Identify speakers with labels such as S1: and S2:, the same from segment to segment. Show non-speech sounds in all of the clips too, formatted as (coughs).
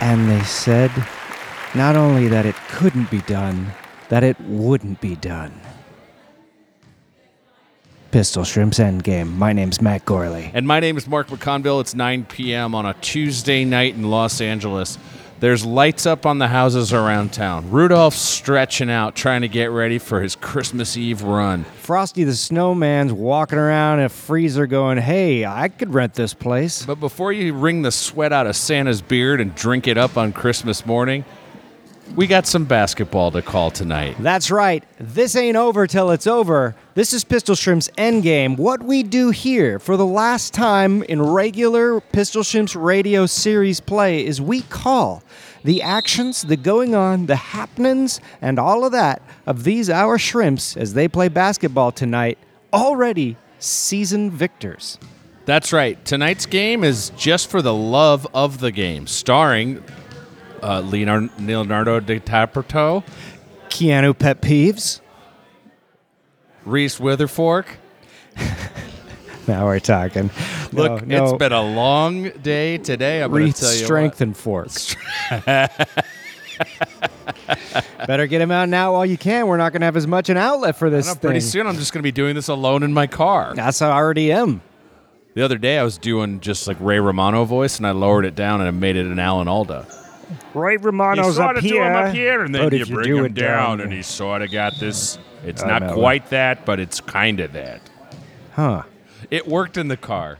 S1: They said not only that it couldn't be done, that it wouldn't be done. Pistol Shrimps Endgame. My name's Matt Gorley.
S2: And my name is Mark McConville. It's 9 p.m. on a Tuesday night in Los Angeles. There's lights up on the houses around town. Rudolph's stretching out, trying to get ready for his Christmas Eve run.
S1: Frosty the Snowman's walking around in a freezer going, hey, I could rent this place.
S2: But before you wring the sweat out of Santa's beard and drink it up on Christmas morning, we got some basketball to call tonight.
S1: That's right. This ain't over till it's over. This is Pistol Shrimp's Endgame. What we do here for the last time in regular Pistol Shrimp's radio series play is we call the actions, the going on, the happenings, and all of that of these our shrimps as they play basketball tonight, already season victors.
S2: That's right. Tonight's game is just for the love of the game, starring uh, Leonardo, Leonardo DiCaprio,
S1: Keanu Pet Peeves.
S2: Reese Witherfork.
S1: Now we're talking.
S2: Look,
S1: No,
S2: it's
S1: no.
S2: been a long day today. I'm going
S1: Wreath
S2: to tell you
S1: strength and fork. (laughs) Better get him out now while you can. We're not going to have as much an outlet for
S2: What. I
S1: this
S2: know, pretty
S1: thing.
S2: soon, I'm just going to be doing this alone in my car.
S1: That's how I already am.
S2: The other day, I was doing just like Ray Romano voice, and I lowered it down and I made it an Alan Alda.
S1: Right, Romano's But if Oh, do it
S2: he sort of got this. It's
S1: I
S2: not
S1: know.
S2: quite that, but it's kind of that.
S1: huh?
S2: It worked in the car,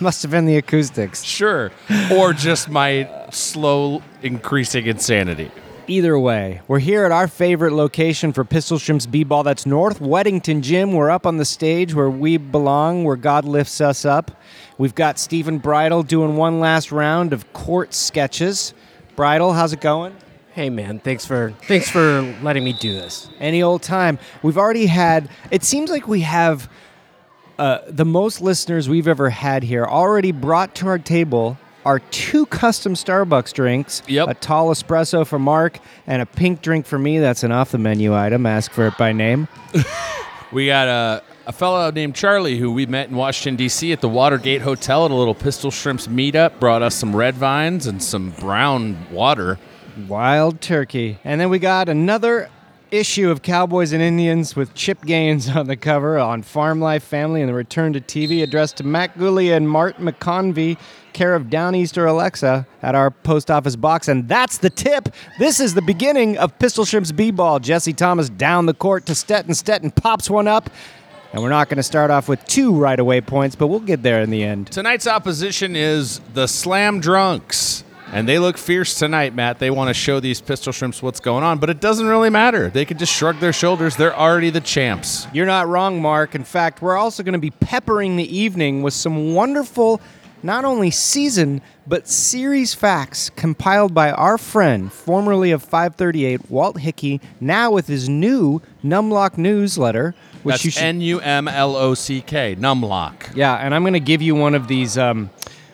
S1: Must have been the acoustics.
S2: sure, or just my slow increasing insanity.
S1: Either way, we're here at our favorite location for Pistol Shrimps B-ball. That's North Weddington Gym. We're up on the stage where we belong, where God lifts us up. We've got Stephen Bridle doing one last round of court sketches. Bridle, how's it going?
S3: Hey man, thanks for thanks for letting me do this.
S1: any old time. We've already had. It seems like we have uh, the most listeners we've ever had here already brought to our table are two custom Starbucks drinks.
S2: Yep.
S1: A tall espresso for Mark and a pink drink for me. That's an off the menu item. Ask for it by name.
S2: We got a, a fellow named Charlie who we met in Washington, D.C. at the Watergate Hotel at a little Pistol Shrimps meetup, brought us some red vines and some brown water.
S1: Wild turkey. And then we got another issue of Cowboys and Indians with Chip Gaines (laughs) on the cover on Farm Life Family and the Return to TV addressed to Matt Gulia and Mart McConvey, care of Downeaster Alexa at our post office box. And that's the tip. This is the beginning of Pistol Shrimp's B-ball. Jesse Thomas down the court to Stetton. Stetton pops one up. And we're not going to start off with two right away points, but we'll get there in the end.
S2: Tonight's opposition is the Slam Drunks. And they look fierce tonight, Matt. They want to show these pistol shrimps what's going on, but it doesn't really matter. They could just shrug their shoulders. They're already the champs.
S1: You're not wrong, Mark. In fact, we're also going to be peppering the evening with some wonderful, not only season, but series facts compiled by our friend, formerly of 538, Walt Hickey, now with his new Numlock newsletter, which you
S2: That's
S1: should.
S2: N U M L O C K, Numlock.
S1: yeah, and I'm going to give you one of these. Um,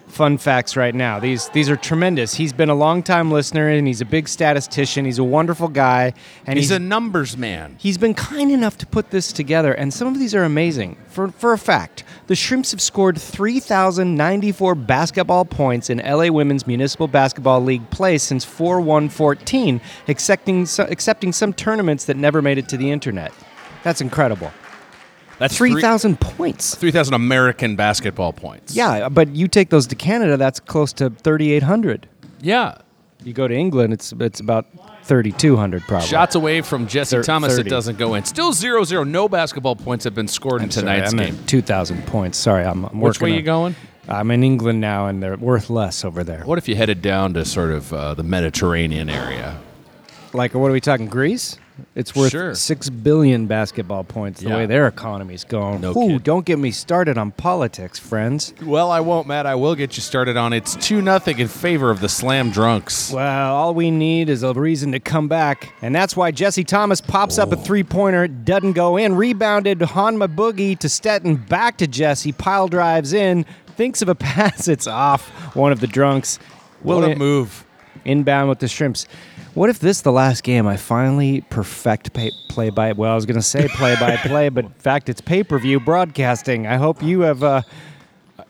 S1: Fun facts right now. These these are tremendous. He's been a long time listener and he's a big statistician. He's a wonderful guy and
S2: He's a numbers man.
S1: He's been kind enough to put this together, and some of these are amazing. For, for a fact, the Shrimps have scored 3,094 basketball points in LA Women's Municipal Basketball League play since 4 1 14, excepting, so- excepting some tournaments that never made it to the internet. That's incredible.
S2: That's three-
S1: 3,000 points.
S2: 3,000 American basketball points.
S1: Yeah, but you take those to Canada, that's close to 3,800.
S2: Yeah.
S1: You go to England, it's, it's about 3,200 probably.
S2: Shots away from Jesse
S1: Thir-
S2: Thomas.
S1: 30.
S2: It doesn't go in. Still 0 0. No basketball points have been scored in
S1: Sorry,
S2: tonight's
S1: I meant
S2: game.
S1: 2,000 points. Sorry, I'm, I'm working
S2: Which way
S1: on-
S2: you going?
S1: I'm in England now, and they're worth less over there.
S2: What if you headed down to sort of uh, the Mediterranean area?
S1: Like, what are we talking? Greece? It's worth
S2: Sure.
S1: six billion basketball points the
S2: Yeah.
S1: way their economy's going.
S2: No
S1: Ooh,
S2: kid.
S1: don't get me started on politics, friends.
S2: Well, I won't, Matt. I will get you started on it's 2 nothing in favor of the Slam Drunks.
S1: Well, all we need is a reason to come back, and that's why Jesse Thomas pops
S2: Oh.
S1: up a three-pointer, doesn't go in, rebounded Hanma Boogie to Stetton, back to Jesse, pile drives in, thinks of a (laughs) pass, it's off one of the drunks.
S2: What a
S1: William-
S2: move.
S1: inbound with the shrimps. What if this the last game I finally perfect pay, play by? Well, I was gonna say play by play, but in fact it's pay per view broadcasting. I hope you have uh,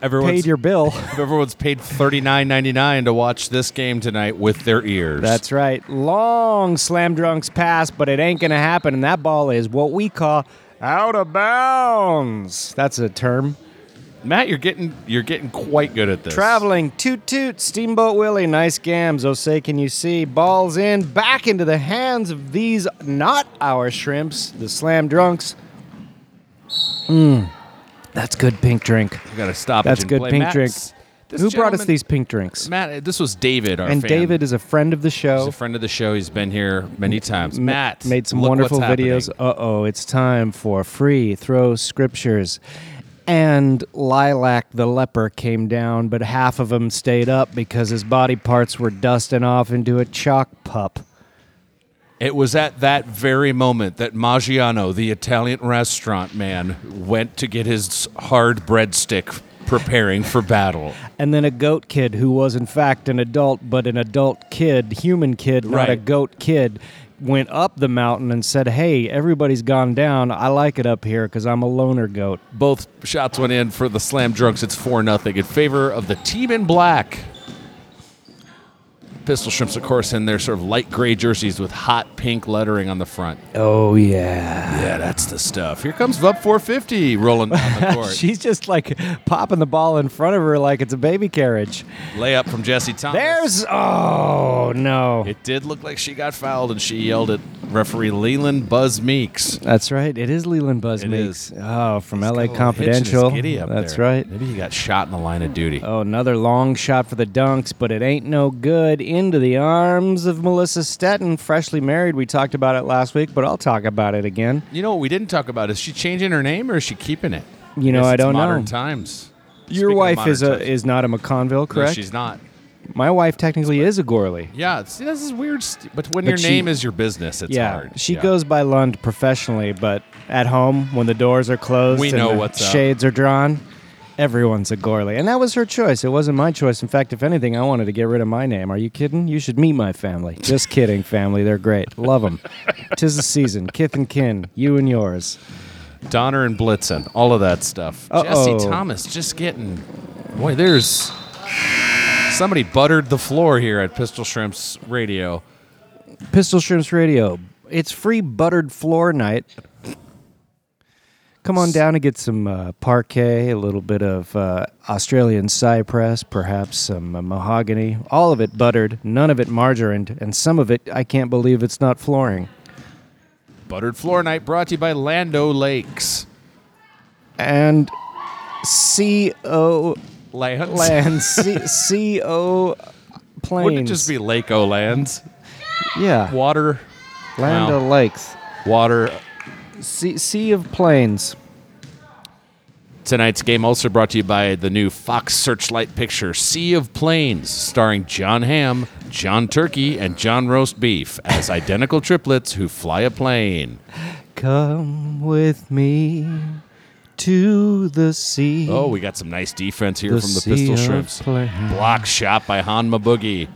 S2: Everyone's
S1: paid your bill.
S2: (laughs) everyone's paid thirty nine ninety nine to watch this game tonight with their ears.
S1: That's right. Long slam drunks pass, but it ain't gonna happen. And that ball is what we call out of bounds. That's a term.
S2: Matt. You're getting you're getting quite good at this.
S1: Traveling, toot toot, Steamboat Willie, nice gams. Oh, say, can you see? Balls in, back into the hands of these not our shrimps, the slam drunks. Mmm, that's good pink drink.
S2: You got to stop.
S1: That's
S2: and
S1: good
S2: play.
S1: pink
S2: Matt's-
S1: drink.
S2: this
S1: Who brought us
S2: gentleman-
S1: these pink drinks?
S2: Matt, this was David, our
S1: And
S2: fan.
S1: David is a friend of the
S2: He's
S1: show.
S2: a friend of the show. He's been here many times.
S1: Ma-
S2: Matt
S1: made some
S2: look
S1: wonderful
S2: what's happening.
S1: videos. Uh oh, it's time for free throw scriptures. And Lilac the leper came down, but half of him stayed up because his body parts were dusting off into a chalk pup.
S2: It was at that very moment that Maggiano, the Italian restaurant man, went to get his hard breadstick preparing for battle.
S1: And then a goat kid, who was in fact an adult, but an adult kid, human kid, not a
S2: Right.
S1: goat kid, went up the mountain and said, Hey, everybody's gone down. I like it up here because I'm a loner goat.
S2: Both shots went in for the slam drunks. It's 4 nothing in favor of the team in black. Pistol Shrimps, of course, in their sort of light gray jerseys with hot pink lettering on the front.
S1: Oh, yeah.
S2: Yeah, that's the stuff. Here comes Vup 450 rolling
S1: (laughs)
S2: down the court.
S1: She's just like popping the ball in front of her like it's a baby carriage.
S2: Layup from Jesse Thomas.
S1: There's oh no.
S2: It did look like she got fouled, and she yelled at referee Leland Buzz Meeks.
S1: That's right. It is Leland Buzz
S2: It
S1: Meeks.
S2: is.
S1: Oh, from
S2: He's
S1: LA
S2: got a little hitch in his
S1: Confidential.
S2: giddy up
S1: That's
S2: there.
S1: right.
S2: Maybe he got shot in the line of duty.
S1: Oh, another long shot for the dunks, but it ain't no good. Into the arms of Melissa Stetton, freshly married. We talked about it last week, but I'll talk about it again.
S2: You know what we didn't talk about? Is she changing her name or is she keeping it?
S1: You know,
S2: Guess
S1: I
S2: it's
S1: don't
S2: modern
S1: know.
S2: times. Speaking
S1: Your
S2: of
S1: wife
S2: modern
S1: is a
S2: times.
S1: is not a McConville,
S2: No,
S1: correct?
S2: she's not.
S1: My wife technically is a Gorley.
S2: Yeah, see, this is weird. st- But when
S1: But
S2: your
S1: she-
S2: name is your business, it's
S1: yeah,
S2: hard.
S1: she
S2: Yeah.
S1: goes by Lund professionally, but at home when the doors are closed,
S2: We
S1: and
S2: know
S1: the
S2: what's up.
S1: shades are drawn. Everyone's a Gorley, and that was her choice. It wasn't my choice. In fact, if anything, I wanted to get rid of my name. Are you kidding? You should meet my family. Just kidding, family. They're great. Love them. (laughs) Tis the season. Kith and kin. You and yours.
S2: Donner and Blitzen, all of that stuff.
S1: Uh-oh.
S2: Jesse Thomas just getting. Boy, there's. Somebody buttered the floor here at Pistol Shrimps Radio.
S1: Pistol Shrimps Radio. It's free buttered floor night. Come on down and get some uh, parquet, a little bit of uh, Australian cypress, perhaps some uh, mahogany. All of it buttered, none of it margarine, and some of it I can't believe it's not flooring.
S2: Buttered Floor Night brought to you by Lando Lakes.
S1: And C O
S2: Lands.
S1: land C (laughs) C O planes.
S2: Wouldn't it just be Lake O'Lands?
S1: yeah?
S2: Water.
S1: Land of
S2: Wow.
S1: Lakes,
S2: Water.
S1: sea, sea of plains.
S2: Tonight's game also brought to you by the new Fox Searchlight picture, Sea of Plains, starring John Hamm, John Turkey, and John Roast Beef as identical triplets who fly a plane.
S1: Come with me to the sea.
S2: Oh, we got some nice defense here
S1: The
S2: from the
S1: sea
S2: Pistol
S1: of
S2: Shrimps.
S1: plains.
S2: Block shot by Hanma Boogie.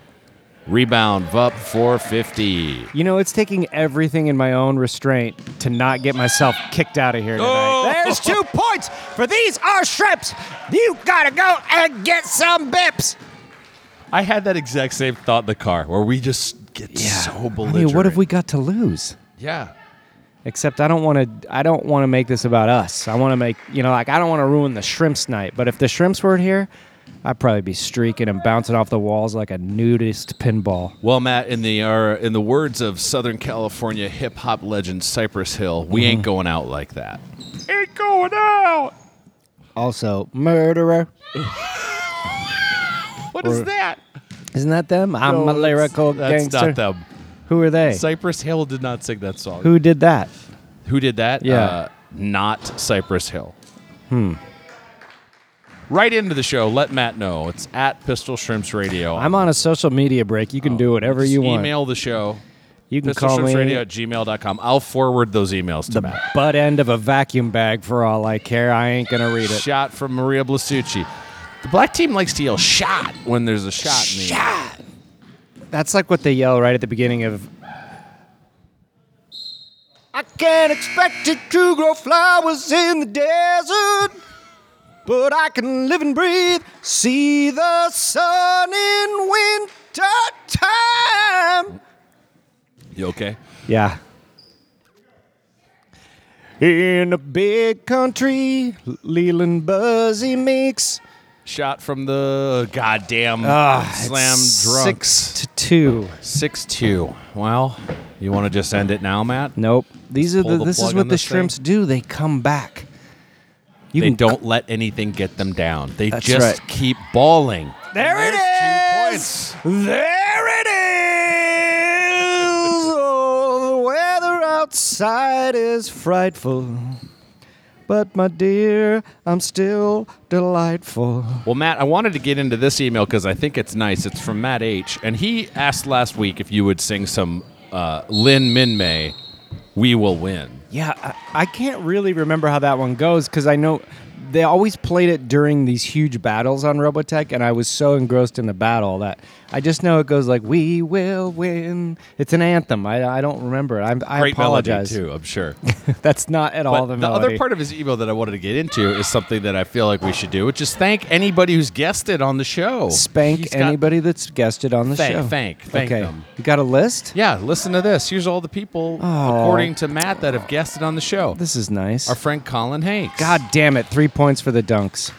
S2: Rebound, Vup 450.
S1: You know, it's taking everything in my own restraint to not get myself kicked out of here tonight.
S2: Oh!
S1: There's two points for these are shrimps. You gotta go and get some bips.
S2: I had that exact same thought in the car where we just get so
S1: I
S2: belligerent.
S1: mean, what have we got to lose?
S2: Yeah.
S1: Except I don't want to. I don't want to make this about us. I want to make you know, like I don't want to ruin the shrimps night. But if the shrimps weren't here, I'd probably be streaking and bouncing off the walls like a nudist pinball.
S2: Well, Matt, in the uh, in the words of Southern California hip hop legend Cypress Hill, we
S1: Mm-hmm.
S2: ain't going out like that. Ain't going out.
S1: Also, murderer.
S2: What is
S1: Or-
S2: that?
S1: Isn't that them? I'm
S2: No,
S1: a
S2: that's-
S1: lyrical
S2: that's
S1: gangster.
S2: not them.
S1: Who are they?
S2: Cypress Hill did not sing that song.
S1: Who did that?
S2: Who did that? Uh,
S1: Yeah.
S2: not Cypress Hill. Hmm. Right into the show. Let Matt know. It's at Pistol Shrimps Radio.
S1: I'm on a social media break. You can do whatever
S2: Just
S1: you want.
S2: Email the show.
S1: you can call me
S2: PistolShrimpsRadio at gmail.com. I'll forward those emails to
S1: the
S2: Matt.
S1: butt end of a vacuum bag for all I care. I ain't gonna read it.
S2: Shot from Maria Blasucci. The black team likes to yell shot when there's a shot in the air.
S1: That's like what they yell right at the beginning of. I can't expect it to grow flowers in the desert. But I can live and breathe, see the sun in winter time.
S2: You okay?
S1: Yeah. In a big country, Leland Buzzy makes
S2: Shot from the goddamn slam drunk.
S1: Ah, six to two.
S2: Six two. Well, you want to just end it now, Matt?
S1: Nope. These are
S2: pull
S1: the,
S2: the
S1: this is
S2: plug
S1: what
S2: on
S1: the
S2: this thing?
S1: shrimps do. They come back. You
S2: they
S1: can
S2: don't let anything get them down. They
S1: That's
S2: just
S1: right.
S2: keep balling.
S1: There
S2: And
S1: it
S2: there's
S1: is. There it is. Oh, the weather outside is frightful. But my dear, I'm still delightful.
S2: Well, Matt, I wanted to get into this email because I think it's nice. It's from Matt H. And he asked last week if you would sing some uh, Lin Min May, We Will Win.
S1: Yeah, I, I can't really remember how that one goes because I know they always played it during these huge battles on Robotech, and I was so engrossed in the battle that I just know it goes like "We will win." It's an anthem. I, I don't remember. it. I'm, I
S2: Great
S1: apologize.
S2: melody, too, I'm sure.
S1: (laughs) That's not at all
S2: But
S1: the
S2: the,
S1: melody.
S2: other part of his email that I wanted to get into is something that I feel like we should do, which is thank anybody who's guessed it on the show. He's
S1: Spank
S2: got-
S1: anybody that's guested on the
S2: Thank-
S1: show.
S2: thank- thank
S1: okay.
S2: them.
S1: You got a list?
S2: Yeah, listen to this. Here's all the people,
S1: Oh.
S2: according to Matt, that have guessed it on the show.
S1: This is nice.
S2: Our friend Colin Hanks.
S1: God damn it! Three points for the dunks.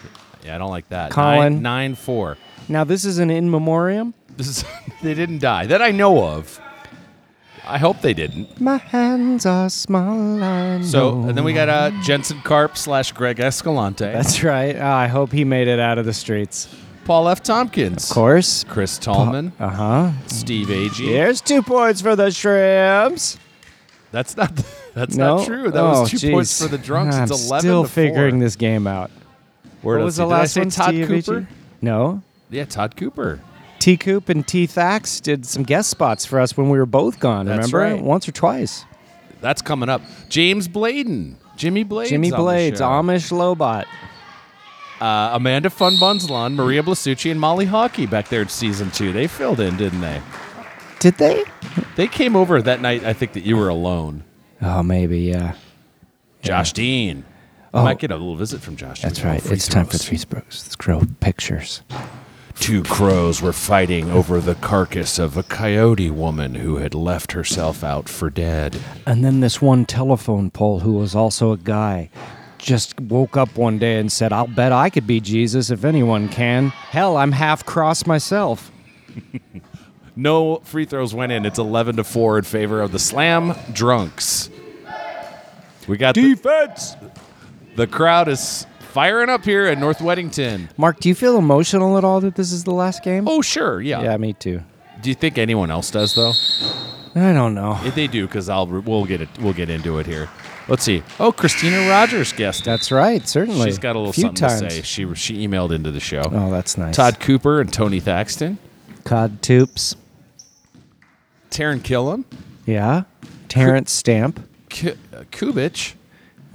S2: Yeah, I don't like that.
S1: Colin.
S2: Nine, nine four.
S1: Now this is an in memoriam.
S2: This is, (laughs) they didn't die that I know of. I hope they didn't.
S1: My hands are small. I
S2: So,
S1: know.
S2: and then we got uh, Jensen Karp slash Greg Escalante.
S1: That's right. Ah, I hope he made it out of the streets.
S2: Paul F. Tompkins.
S1: Of course.
S2: Chris Tallman.
S1: Uh huh.
S2: Steve Agee.
S1: Here's two points for the shrimps.
S2: That's not. (laughs) That's
S1: no,
S2: not true. That
S1: Oh,
S2: was two points
S1: jeez. Ah,
S2: for the drunks.
S1: I'm
S2: it's eleven.
S1: Still
S2: to
S1: figuring
S2: four.
S1: this game out.
S2: Where
S1: what was
S2: does he-
S1: the
S2: did I
S1: last
S2: say
S1: one?
S2: Todd
S1: Steve
S2: Cooper.
S1: Agee? No.
S2: Yeah, Todd Cooper.
S1: T Coop and T Thax did some guest spots for us when we were both gone.
S2: That's
S1: remember,
S2: right.
S1: once or twice.
S2: That's coming up. James Bladen. Jimmy Blades.
S1: Jimmy
S2: on the
S1: Blades,
S2: show.
S1: Amish Lobot.
S2: uh, Amanda Fun Bunzlon, Maria Blasucci, and Molly Hockey back there in season two. They filled in, didn't they?
S1: Did they?
S2: They came over that night. I think that you were alone.
S1: Oh, maybe. Yeah, Oh.
S2: Josh Dean. I might get a little visit from Josh.
S1: that's
S2: Dean.
S1: right.
S2: Free
S1: it's time for
S2: throws.
S1: three spokes. Let's grow pictures.
S2: Two crows were fighting over the carcass of a coyote woman who had left herself out for dead.
S1: And then this one telephone pole, who was also a guy, just woke up one day and said, "I'll bet I could be Jesus if anyone can." Hell, I'm half cross myself.
S2: No free throws went in. It's 11 to 4 in favor of the Slam Drunks. We got the-
S1: Defense.
S2: the crowd is firing up here at North Weddington.
S1: Mark, do you feel emotional at all that this is the last game?
S2: Oh, sure, yeah.
S1: Yeah, me too.
S2: Do you think anyone else does though?
S1: I don't know.
S2: If they do, because I'll we'll get it we'll get into it here. Let's see. Oh, Christina Rogers guessed. it.
S1: That's right. Certainly,
S2: She's got a little
S1: few
S2: something
S1: times.
S2: to say. She she emailed into the show.
S1: Oh, that's nice.
S2: Todd Cooper and Tony Thaxton,
S1: Cod Toops.
S2: Taryn Killam,
S1: Yeah. Terrence Stamp.
S2: K- uh, Kubich,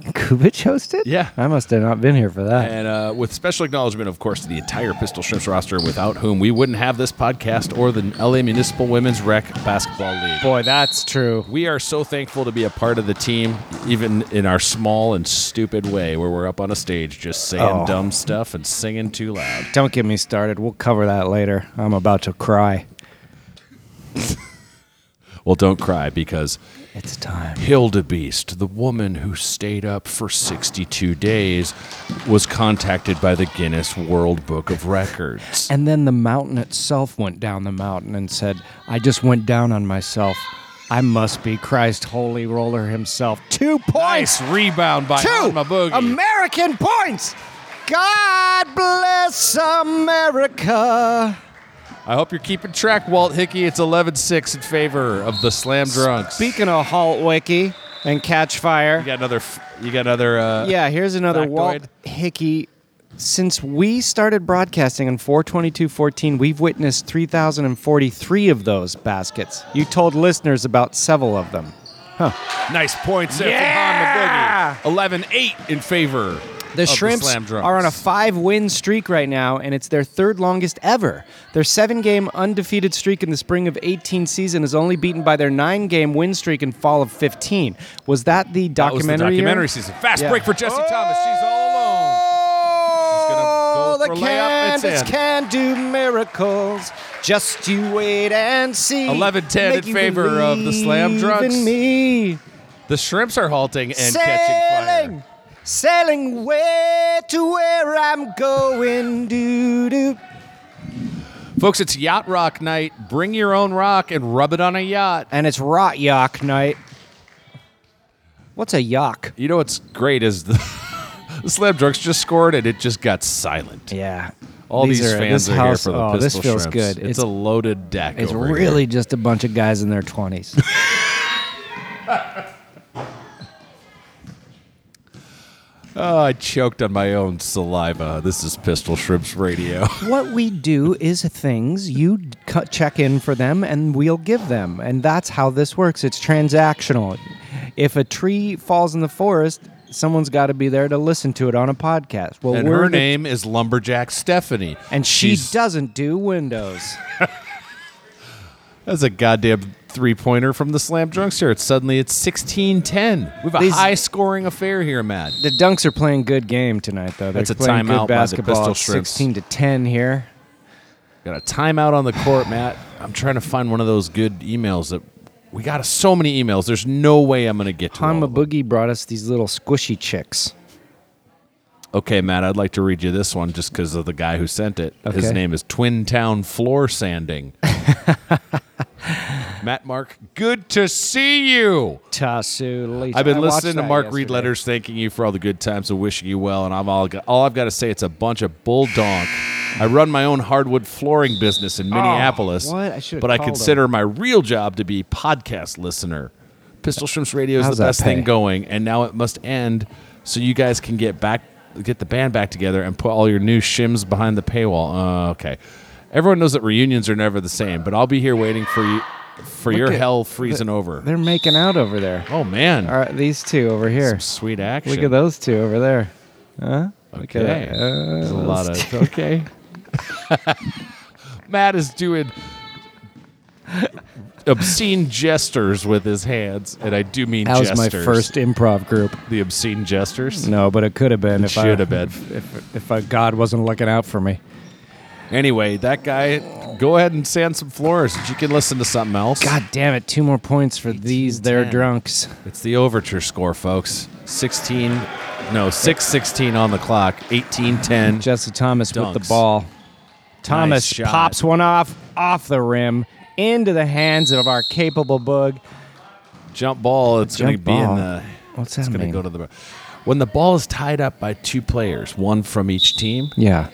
S1: Kubich hosted?
S2: Yeah.
S1: I must have not been here for that.
S2: and uh, with special acknowledgement, of course, to the entire Pistol Shrimps roster, without whom we wouldn't have this podcast or the LA Municipal Women's Rec Basketball League.
S1: Boy, that's true.
S2: We are so thankful to be a part of the team, even in our small and stupid way, where we're up on a stage just saying
S1: Oh.
S2: dumb stuff and singing too loud.
S1: Don't get me started. We'll cover that later. I'm about to cry.
S2: Well, don't cry because
S1: It's time.
S2: Hildebeest, the woman who stayed up for 62 days, was contacted by the Guinness World Book of Records.
S1: And then the mountain itself went down the mountain and said, I just went down on myself. I must be Christ Holy Roller himself. Two points!
S2: Nice rebound by
S1: Two
S2: Alma Boogie.
S1: American points! God bless America.
S2: I hope you're keeping track, Walt Hickey. It's 11 6 in favor of the Slam Drunks.
S1: Speaking of Halt Wiki and Catch Fire.
S2: you got another. f- You got another. Uh,
S1: Yeah, here's another Walt
S2: factoid.
S1: Hickey. Since we started broadcasting on 422.14, we've witnessed 3,043 of those baskets. You told listeners about several of them.
S2: Nice points there
S1: Yeah!
S2: from Hama Boogie. 11 8 in favor.
S1: The
S2: of
S1: Shrimps
S2: the slam drunks.
S1: are on a five win streak right now, and it's their third longest ever. Their seven game undefeated streak in the spring of 18 season is only beaten by their nine game win streak in fall of 15. Was that the
S2: That was the
S1: documentary? year?
S2: documentary season. Fast
S1: Yeah. Oh!
S2: break for Jesse Thomas. She's all alone. She's
S1: Oh, the
S2: for layup, it's
S1: canvas
S2: in.
S1: can do miracles. Just you wait and see.
S2: 11-10 in
S1: Make you
S2: favor of the Slam
S1: believe
S2: Drunks.
S1: In me.
S2: The shrimps are halting and catching
S1: sailing,
S2: fire.
S1: sailing way to where I'm going. Doo doo.
S2: Folks, it's Yacht Rock night. Bring your own rock and rub it on a yacht.
S1: And it's rot yak night. What's a yak?
S2: You know what's great is the, (laughs) the Slam Drunks just scored and it just got silent.
S1: Yeah.
S2: All these,
S1: are-
S2: fans
S1: this
S2: are
S1: house-
S2: here for the
S1: oh,
S2: pistol
S1: this feels good.
S2: shrimps. It's, a loaded deck.
S1: It's
S2: over here.
S1: really just a bunch of guys in their
S2: (laughs)
S1: 20s.
S2: Oh, I choked on my own saliva. This is Pistol Shrimps Radio.
S1: what we do is things you cu- check in for them and we'll give them. And that's how this works. It's transactional. If a tree falls in the forest, someone's got to be there to listen to it on a podcast. Well,
S2: (laughs) and
S1: we're
S2: her
S1: the-
S2: name is Lumberjack Stephanie.
S1: and she
S2: She's-
S1: doesn't do windows.
S2: That's a goddamn three pointer from the Slam Drunks here. It's suddenly it's 16 10. We have a
S1: These-
S2: high scoring affair here, Matt.
S1: The Dunks are playing good game tonight, though. They're
S2: That's a
S1: playing
S2: timeout
S1: good
S2: by the
S1: basketball.
S2: Pistol
S1: It's
S2: Shrimps.
S1: Sixteen to ten here.
S2: Got a timeout on the court, Matt. I'm trying to find one of those good emails that we got so many emails. There's no way I'm going to get to all
S1: Hama
S2: of them.
S1: Boogie brought us these little squishy chicks.
S2: Okay, Matt, I'd like to read you this one just because of the guy who sent it. His
S1: Okay.
S2: name is Twin Town Floor Sanding. Matt Mark, good to see you.
S1: Tasu. Lisa.
S2: I've been
S1: I watched
S2: listening to
S1: that
S2: Mark read
S1: yesterday.
S2: letters thanking you for all the good times and wishing you well. And I've all got, all I've got to say it's a bunch of bull donk. I run my own hardwood flooring business in Minneapolis,
S1: Oh, what? I should've
S2: but I
S1: called
S2: consider my real job to be podcast listener. Pistol Shrimps Radio is
S1: How's
S2: the
S1: that
S2: best
S1: pay?
S2: thing going, and now it must end so you guys can get back get the band back together and put all your new shims behind the paywall. Uh, okay, everyone knows that reunions are never the same, but I'll be here waiting for you for your
S1: at-
S2: hell freezing over.
S1: They're making out over there.
S2: Oh man.
S1: All right, these two over here.
S2: Some sweet action.
S1: Look at those two over there. Uh,
S2: Okay.
S1: at that.
S2: There's a lot
S1: (laughs)
S2: of okay. Matt is doing obscene gestures with his hands, and I do mean
S1: That was
S2: gestures.
S1: my first improv group.
S2: the obscene gestures.
S1: No, but it could have been. If
S2: Should
S1: I,
S2: have been.
S1: If, if uh, God wasn't looking out for me.
S2: Anyway, that guy, go ahead and sand some floors. You can listen to something else.
S1: God damn it! Two more points for these. They're
S2: 18-10.
S1: drunks.
S2: It's the overture score, folks. 16, no, 616 on the clock, 1810.
S1: Jesse Thomas with
S2: Dunks.
S1: the ball. Thomas
S2: shot.
S1: pops one off off the rim into the hands of our capable bug.
S2: jump ball. It's going to
S1: Jump
S2: be in
S1: ball?
S2: the.
S1: What's
S2: It's
S1: that
S2: going to
S1: mean?
S2: go to the. When the ball is tied up by two players, one from each team,
S1: Yeah.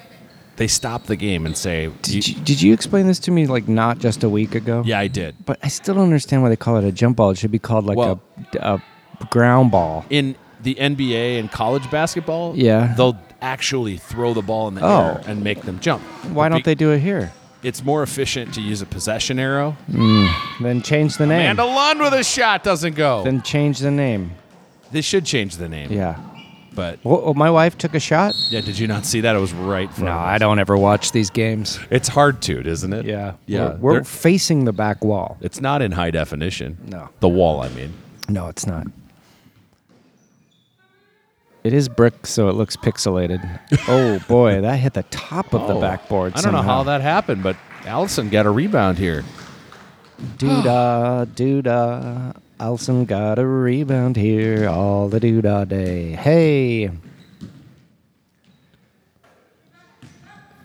S2: they stop the game and say,
S1: Did you, did you explain this to me like not just a week ago?
S2: "Yeah, I did."
S1: But I still don't understand why they call it a jump ball. It should be called like
S2: Well-
S1: a, a ground ball.
S2: In the NBA and college basketball,
S1: Yeah.
S2: they'll actually throw the ball in the
S1: Oh.
S2: air and make them jump.
S1: Why don't they Hmm. do it here?
S2: they? It's more efficient to use a possession arrow.
S1: Then change the name.
S2: And a Lund with a shot doesn't go.
S1: Then change the name.
S2: they should change the name.
S1: Yeah.
S2: but
S1: Well, oh, my wife took a shot.
S2: yeah, did you not see that? It was right. From
S1: don't ever watch these games.
S2: It's hard to, isn't it?
S1: Yeah.
S2: (laughs) yeah.
S1: We're, we're
S2: They're-
S1: facing the back wall.
S2: It's not in high definition.
S1: No.
S2: The wall, I mean.
S1: No, it's not. It is brick, so it looks
S2: (laughs)
S1: pixelated. oh boy, that hit the top of the backboard.
S2: Oh, I don't know how
S1: somehow.
S2: that happened, but Allison got a rebound here.
S1: Doo-dah, doo-dah. Alson got a rebound here all the doo-dah day. Hey.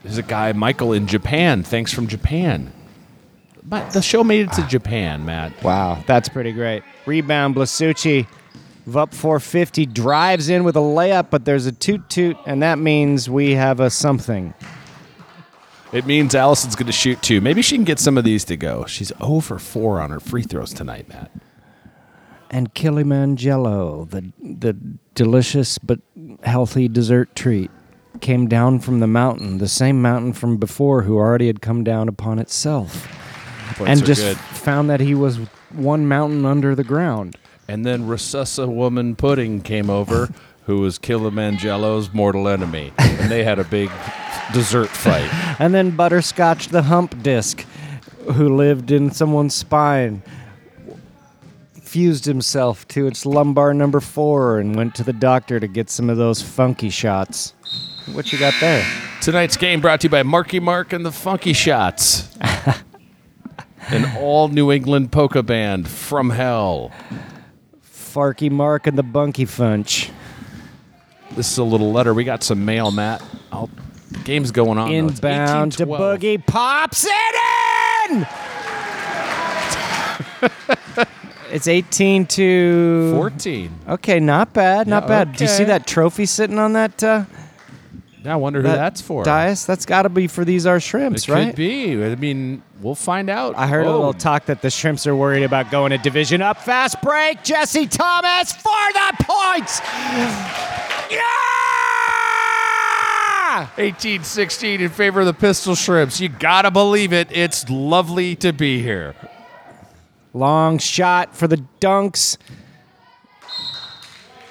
S2: There's a guy, Michael, in Japan. Thanks from Japan. But the show made it to Japan, Matt.
S1: Wow, that's pretty great. Rebound, Blasucci. Vup 450 drives in with a layup, but there's a toot toot, and that means we have a something.
S2: It means Allison's going to shoot two. Maybe she can get some of these to go. She's over four on her free throws tonight, Matt.
S1: And Kilimanjaro, the the delicious but healthy dessert treat, came down from the mountain, the same mountain from before, who already had come down upon itself,
S2: Points
S1: and
S2: are
S1: just
S2: good.
S1: found that he was one mountain under the ground.
S2: And then Recessa Woman Pudding came (laughs) over, who was Kilimanjaro's mortal enemy, and they had a big dessert fight.
S1: And then Butterscotch the hump disc, who lived in someone's spine, fused himself to its lumbar number four and went to the doctor to get some of those funky shots. What you got there?
S2: (laughs) Tonight's game brought to you by Marky Mark and the Funky (laughs) Shots. An all New England polka band from hell.
S1: Farky Mark and the Bunky Funch.
S2: This is a little letter. We got some mail, Matt. I'll, the game's going
S1: Oh,
S2: on. though. It's
S1: Inbound to
S2: 18-12.
S1: Boogie pops it in. it's eighteen to
S2: 14.
S1: Okay, not bad, not
S2: Yeah,
S1: bad. Do you see
S2: okay.
S1: that trophy sitting on that? Uh,
S2: Now I wonder who
S1: that
S2: that's for.
S1: Dais? That's got to be for these are shrimps,
S2: It
S1: right?
S2: could be. I mean, we'll find out.
S1: I heard a
S2: Oh,
S1: little talk that the shrimps are worried about going to division up. Fast break, Jesse Thomas for the points. Yeah!
S2: 1816 in favor of the Pistol Shrimps. You gotta believe it. It's lovely to be here.
S1: Long shot for the dunks.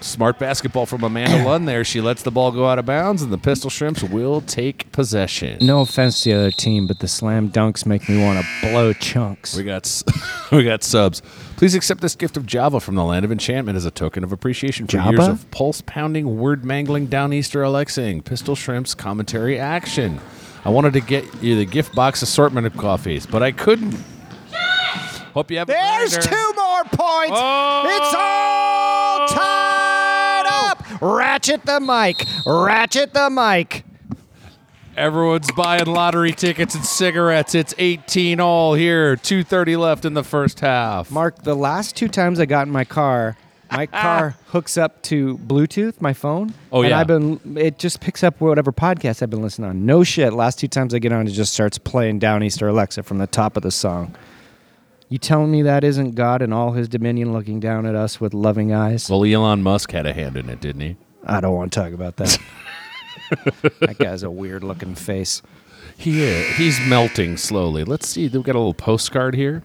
S2: Smart basketball from
S1: (coughs)
S2: Amanda Lund there. She lets the ball go out of bounds, and the Pistol Shrimps will take possession.
S1: No offense to the other team, but the slam dunks make me want to blow chunks.
S2: We got s- (laughs) we got subs. Please accept this gift of Java from the land of enchantment as a token of appreciation for years
S1: Java?
S2: of pulse pounding, word mangling, down Easter Alexing, pistol shrimps, commentary action. I wanted to get you the gift box assortment of coffees, but I couldn't. Hope you have. a
S1: There's
S2: grinder.
S1: two more points.
S2: Oh!
S1: It's all tied up. Ratchet the mic. Ratchet the mic.
S2: Everyone's buying lottery tickets and cigarettes. It's 18 all here. 2:30 left in the first half.
S1: Mark, the last two times I got in my car, (laughs) my car hooks up to Bluetooth, my phone.
S2: Oh,
S1: and
S2: yeah.
S1: I've been it just picks up whatever podcast I've been listening on. No shit. Last two times I get on, it just starts playing Down Easter Alexa from the top of the song. You telling me that isn't God in all his dominion looking down at us with loving eyes?
S2: Well, Elon Musk had a hand in it, didn't he?
S1: I don't want to talk about (laughs) that. that guy's a weird looking face.
S2: He is. He's melting slowly. Let's see. We've got a little postcard here.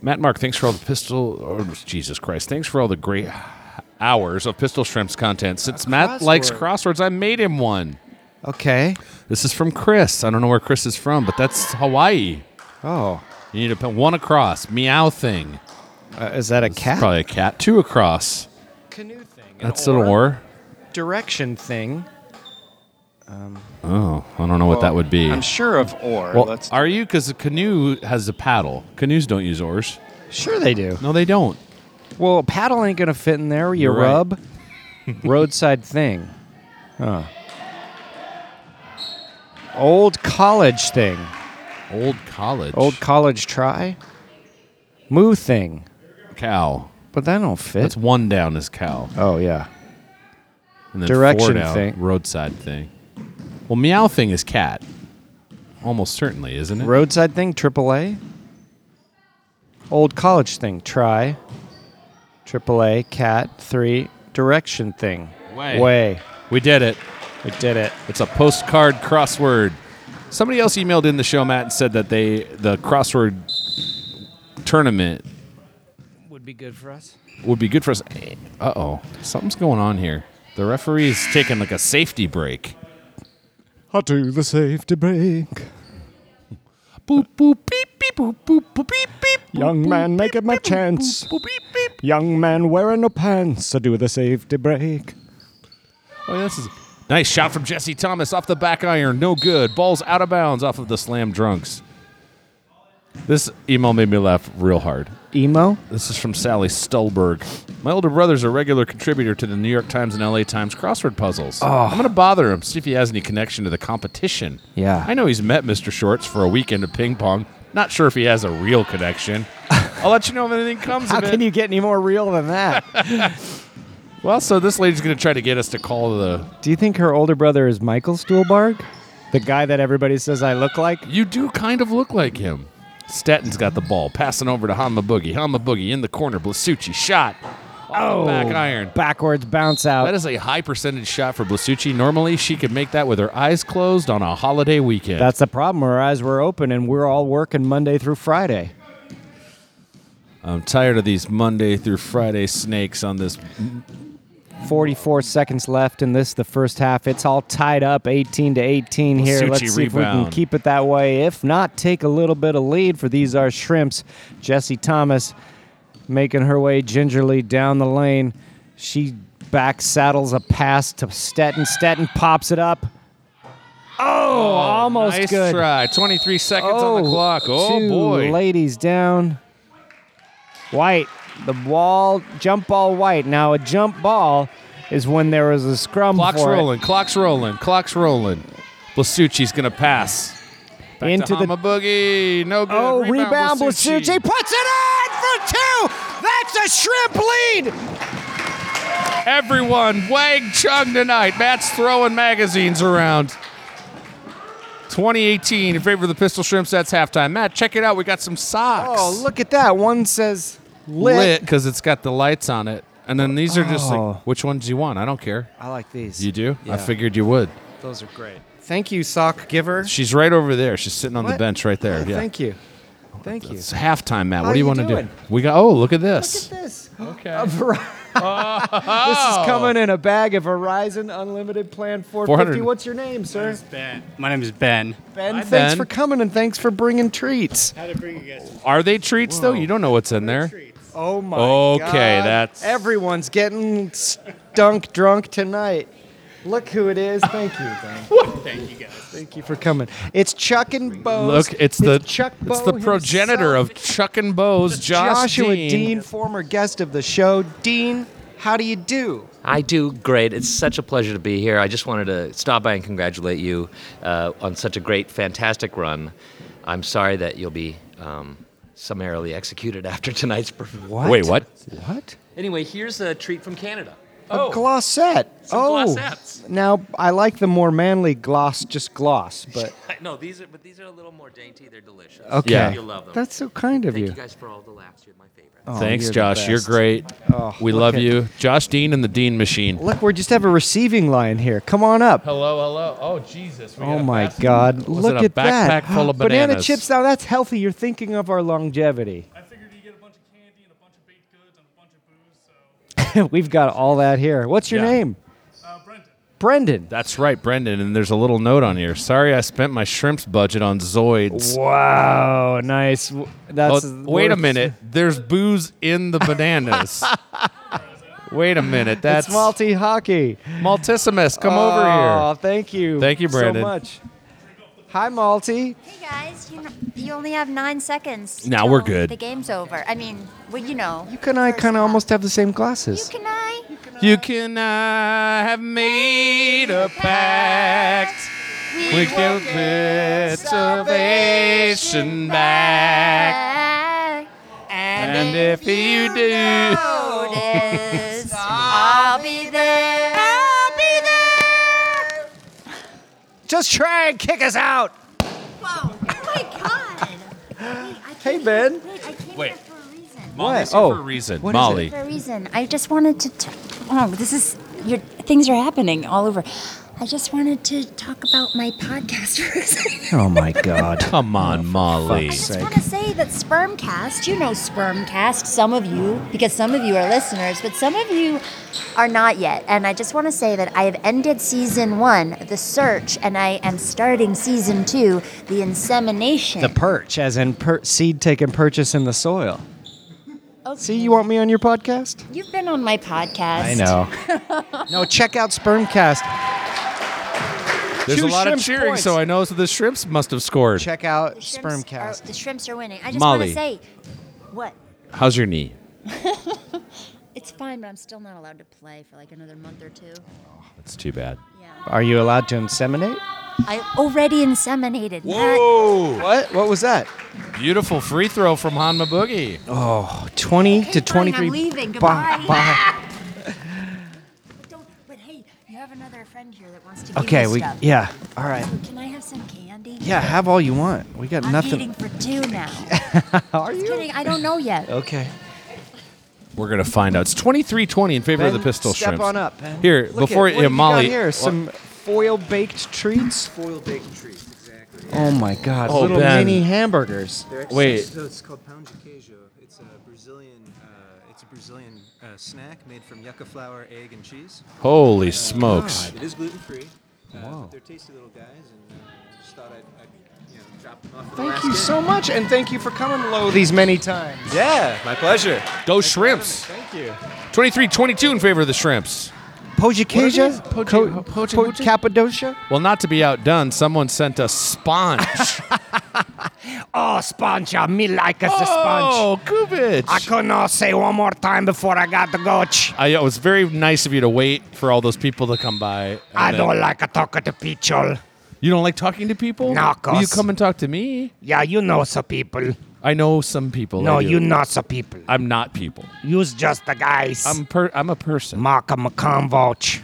S2: Matt Mark, thanks for all the pistol. Oh, Jesus Christ. Thanks for all the great hours of Pistol Shrimps content. Since Matt likes crosswords, I made him one.
S1: Okay.
S2: This is from Chris. I don't know where Chris is from, but that's Hawaii.
S1: Oh,
S2: You need to put one across. Meow thing.
S1: uh, is that a cat?
S2: Probably a cat. Two across.
S1: canoe thing. an
S2: That's an oar.
S1: Direction thing.
S2: Oh, I don't know what that would be.
S4: I'm sure of or.
S2: Well,
S4: Let's
S2: are you? Because a canoe has a paddle. Canoes don't use oars.
S1: Sure they do.
S2: No, they don't.
S1: Well, paddle ain't gonna fit in there. You
S2: You're right.
S1: rub,
S2: (laughs)
S1: roadside thing, huh? Old college thing,
S2: Old college.
S1: old college try, moo thing,
S2: cow.
S1: but that don't fit.
S2: That's one down is cow.
S1: oh yeah,
S2: And then four
S1: Direction
S2: down,
S1: thing.
S2: roadside thing. Well, meow thing is cat. Almost certainly, isn't it?
S1: roadside thing, AAA. Old college thing, try, AAA, cat three, direction thing,
S2: Way.
S1: way.
S2: we did it.
S1: We did it.
S2: It's a postcard crossword. Somebody else emailed in the show, Matt, and said that they the crossword tournament
S1: Would be good for us.
S2: would be good for us. Uh oh, something's going on here. The referee's taking like a safety break.
S1: I'll do the safety break.
S2: Boop boop beep beep boop boop boop beep beep.
S1: Young man, make it my chance.
S2: Boop beep beep.
S1: Young man wearing no pants, I do the safety break.
S2: Oh, yeah, this is nice shot from Jesse Thomas off the back iron. No good. Ball's out of bounds off of the slam drunks. This email made me laugh real hard.
S1: Emo?
S2: This is from Sally Stulberg. My older brother's a regular contributor to the New York Times and LA Times crossword puzzles. I'm going to bother him, see if he has any connection to the competition.
S1: Yeah.
S2: I know he's met Mr. Shorts for a weekend of ping pong. Not sure if he has a real connection. I'll let you know if anything comes
S1: (laughs) How
S2: of it.
S1: can you get any more real than that?
S2: well, so this lady's going to try to get us to call the.
S1: (laughs) do you think her older brother is Michael Stuhlbarg? The guy that everybody says I look like?
S2: You do kind of look like him. Stetton's got the ball, passing over to Hama Boogie. Hama Boogie in the corner. Blasucci shot. Oh, back iron.
S1: Backwards bounce out.
S2: That is a high percentage shot for Blasucci. Normally, she could make that with her eyes closed on a holiday weekend.
S1: That's the problem. Her eyes were open and we're all working Monday through Friday.
S2: I'm tired of these Monday through Friday snakes on this.
S1: 44 seconds left in this, the first half. It's all tied up 18 to 18 here.
S2: Succi
S1: Let's see if we can
S2: rebound.
S1: keep it that way. If not, take a little bit of lead for these are shrimps. Jesse Thomas making her way gingerly down the lane. She back saddles a pass to Stetton. Stetton pops it up. Oh, almost
S2: nice
S1: good.
S2: try. 23 seconds
S1: oh,
S2: on the clock. Oh
S1: two
S2: boy.
S1: ladies down. White, the wall jump ball. White. Now a jump ball is when there is a scrum
S2: Clock's
S1: for it.
S2: rolling. Clock's rolling. Clock's rolling. Blasucci's gonna pass. Back to
S1: Into the-
S2: Hama boogie. No good.
S1: Oh, rebound,
S2: Blasucci.
S1: Blasucci puts it in for two. That's a shrimp lead.
S2: Everyone, Wang Chung tonight. Matt's throwing magazines around. 2018 in favor of the Pistol Shrimps. That's halftime. Matt, check it out. We got some socks.
S1: Oh, look at that. One says lit.
S2: lit because it's got the lights on it. And then these are just
S1: Oh.
S2: like, which ones you want? I don't care.
S1: I like these.
S2: You do?
S1: Yeah.
S2: I figured you would.
S1: Those are great. Thank you, sock giver.
S2: She's right over there. She's sitting on the
S1: What? Oh,
S2: bench right there. Yeah.
S1: Thank you. Thank you.
S2: It's halftime, Matt.
S1: How
S2: what do you
S1: you
S2: want to do?
S1: doing?
S2: We got. Oh, look at
S1: Look at
S2: this.
S1: this. (laughs)
S2: Okay.
S1: This
S2: Oh.
S1: is coming in a bag of Verizon Unlimited Plan 450.
S2: 400.
S1: What's your name, sir?
S4: Ben. My name is Ben.
S1: Ben,
S2: Hi,
S1: thanks
S2: Ben.
S1: for coming and thanks for bringing treats.
S4: How to bring you guys some
S2: Are they treats though? You don't know what's in there.
S4: treats.
S1: Oh my
S2: Okay,
S1: god.
S2: that's-
S1: Everyone's getting stunk drunk tonight. Look who it is. Thank you, Ben.
S4: Thank you guys.
S1: Thank you for coming. It's Chuck and Bo.
S2: Look, it's the
S1: Chuck Bo
S2: it's the progenitor
S1: himself.
S2: of Chuck and Bo's Josh
S1: Joshua
S2: Dean.
S1: former guest of the show. Dean, how do you do?
S5: I do great. It's such a pleasure to be here. I just wanted to stop by and congratulate you uh, on such a great, fantastic run. I'm sorry that you'll be um, summarily executed (laughs) after tonight's performance.
S2: Wait, what?
S1: What?
S5: Anyway, here's a treat from Canada. Oh.
S1: A glossette.
S5: Some
S1: oh,
S5: glossettes.
S1: now I like the more manly gloss, just gloss, but
S5: (laughs) no, these are but these are a little more dainty. They're delicious.
S1: okay.
S2: Yeah.
S5: You'll love them.
S1: That's so kind of
S5: Thank
S1: you.
S5: you guys for all the laughs. You're my favorite.
S1: Oh,
S2: Thanks,
S1: you're the
S2: Josh. You're
S1: best.
S2: great.
S1: Oh,
S2: we
S1: look
S2: love
S1: at-
S2: you, Josh Dean and the Dean Machine.
S1: Look, we just have a receiving line here. Come on up.
S2: Hello, hello. Oh Jesus.
S1: Oh my God!
S2: Was
S1: Look
S2: it a
S1: at that
S2: backpack full of
S1: (gasps) banana
S2: bananas?
S1: chips. Now that's healthy. You're thinking of our longevity. (laughs)
S6: I figured you get a bunch of candy and a bunch of baked goods and a bunch of booze. So,
S1: We've got all that here. What's your
S2: Yeah.
S1: name?
S6: uh, Brendan,
S1: Brendan.
S2: That's right, Brendan. And there's a little note on here. Sorry, I spent my shrimps budget on Zoids.
S1: Wow, nice. W- That's
S2: Oh, wait
S1: (laughs)
S2: a minute. There's booze in the bananas. wait a minute. That's
S1: That's Malty hockey.
S2: Maltissimus. Come
S1: Oh,
S2: over
S1: thank you.
S2: Thank you, Brandon.
S1: So much. Hi, Malty.
S7: Hey guys, you, know, you only have nine seconds.
S2: Now we're
S7: till
S2: good.
S7: The game's over. I mean, well, you know.
S1: You and I
S7: first
S1: kind of
S7: half.
S1: almost have the same
S7: You
S1: glasses.
S7: can I?
S2: here. You can I have made a pact. We can get salvation back.
S7: back.
S2: And if you do,
S7: Notice, I'll be there. I'll be there.
S1: Just try and kick us out.
S7: Whoa! Oh my God. Wait, I
S1: Hey,
S7: came
S1: Ben.
S7: here- Wait, I came
S2: Wait.
S7: here for a reason.
S1: What? Oh,
S2: Molly's here for a reason.
S1: what is
S2: Molly.
S1: it?
S7: For a reason. I just wanted to. T- oh, this is your things are happening all over. I just wanted to talk about my podcast (laughs) for a second.
S1: Oh my God.
S2: Come on, Molly.
S7: I just
S1: Oh, sake.
S7: want to say that Spermcast, you know Spermcast, some of you, because some of you are listeners, but some of you are not yet. And I just want to say that I have ended season one, the search, and I am starting season two, the
S1: (laughs)
S7: insemination.
S1: The perch, as in per- seed taken purchase in the soil.
S7: Okay.
S1: See, you want me on your podcast?
S7: You've been on my
S1: (laughs)
S7: podcast.
S1: no, check out Spermcast.
S2: There's
S1: Two
S2: a lot of
S1: shrimps
S2: cheering,
S1: points.
S2: so I know the shrimps must have scored.
S1: Check out
S7: The shrimps, are,
S1: Spermcast.
S7: the shrimps are winning. I just want
S2: Molly.
S7: to say, what?
S2: How's your knee?
S7: It's fine, but I'm still not allowed to play for like another month or two.
S2: That's too bad.
S7: Yeah.
S1: Are you allowed to inseminate?
S7: I already inseminated.
S2: Whoa!
S1: What? What was that?
S2: Beautiful free throw from Hanma Boogie.
S1: Oh, 20
S7: Okay,
S1: to
S7: fine,
S1: 23.
S7: I'm
S1: Bye-
S7: leaving. Goodbye.
S1: bye.
S7: But, don't, but hey, you have another friend here that wants to give
S1: Okay,
S7: you
S1: we
S7: stuff.
S1: yeah. All right.
S7: Can I have some candy?
S1: Yeah, have all you want. We got
S7: I'm
S1: nothing.
S7: eating for
S1: (laughs)
S7: two now.
S1: Are
S7: Just kidding. I don't know yet.
S1: Okay.
S2: We're gonna find out. It's 23-20 in favor of the
S1: Ben,
S2: pistol
S1: step
S2: shrimps.
S1: on up. Ben.
S2: Here,
S1: Look at-
S2: before
S1: what have
S2: yeah,
S1: you got
S2: Molly.
S1: here some foil baked treats. Foil baked treats, exactly. (laughs) Oh my God!
S2: Oh,
S1: Little
S2: Ben.
S1: mini hamburgers.
S8: They're actually-
S2: Wait.
S8: So it's called pão de queijo. It's a Brazilian. Uh, it's a Brazilian uh, snack made from yucca flour, egg, and cheese.
S2: Holy smokes!
S8: It is gluten free. Uh, but they're tasty little guys, and uh, just thought I'd, I'd you know, drop them off. at the
S1: Thank
S8: last
S1: you
S8: day.
S1: so much, and thank you for coming low these many times.
S8: Yeah, my pleasure.
S2: Go shrimps!
S1: Thank you.
S2: 23-22 in favor of the shrimps.
S1: Pojacasia?
S2: What are these? Poja-
S1: Co-
S2: Poja-
S1: Po-
S2: Poja-
S1: Cappadocia?
S2: Well, not to be outdone, someone sent a sponge.
S1: (laughs) Oh, sponge, uh, me like as a
S2: oh, Kubich.
S1: cannot say one more time before I got the goch.
S2: I, it was very nice of you to wait for all those people to come by. and then-
S1: like a talker to people.
S2: You don't like talking to people?
S1: No, of
S2: Will you
S1: course.
S2: come and talk to me?
S1: Yeah, you know some people.
S2: I know some people. I do.
S1: not some people.
S2: I'm not people.
S1: Use just the guys.
S2: I'm per- I'm a person.
S1: Mark a McConvoch.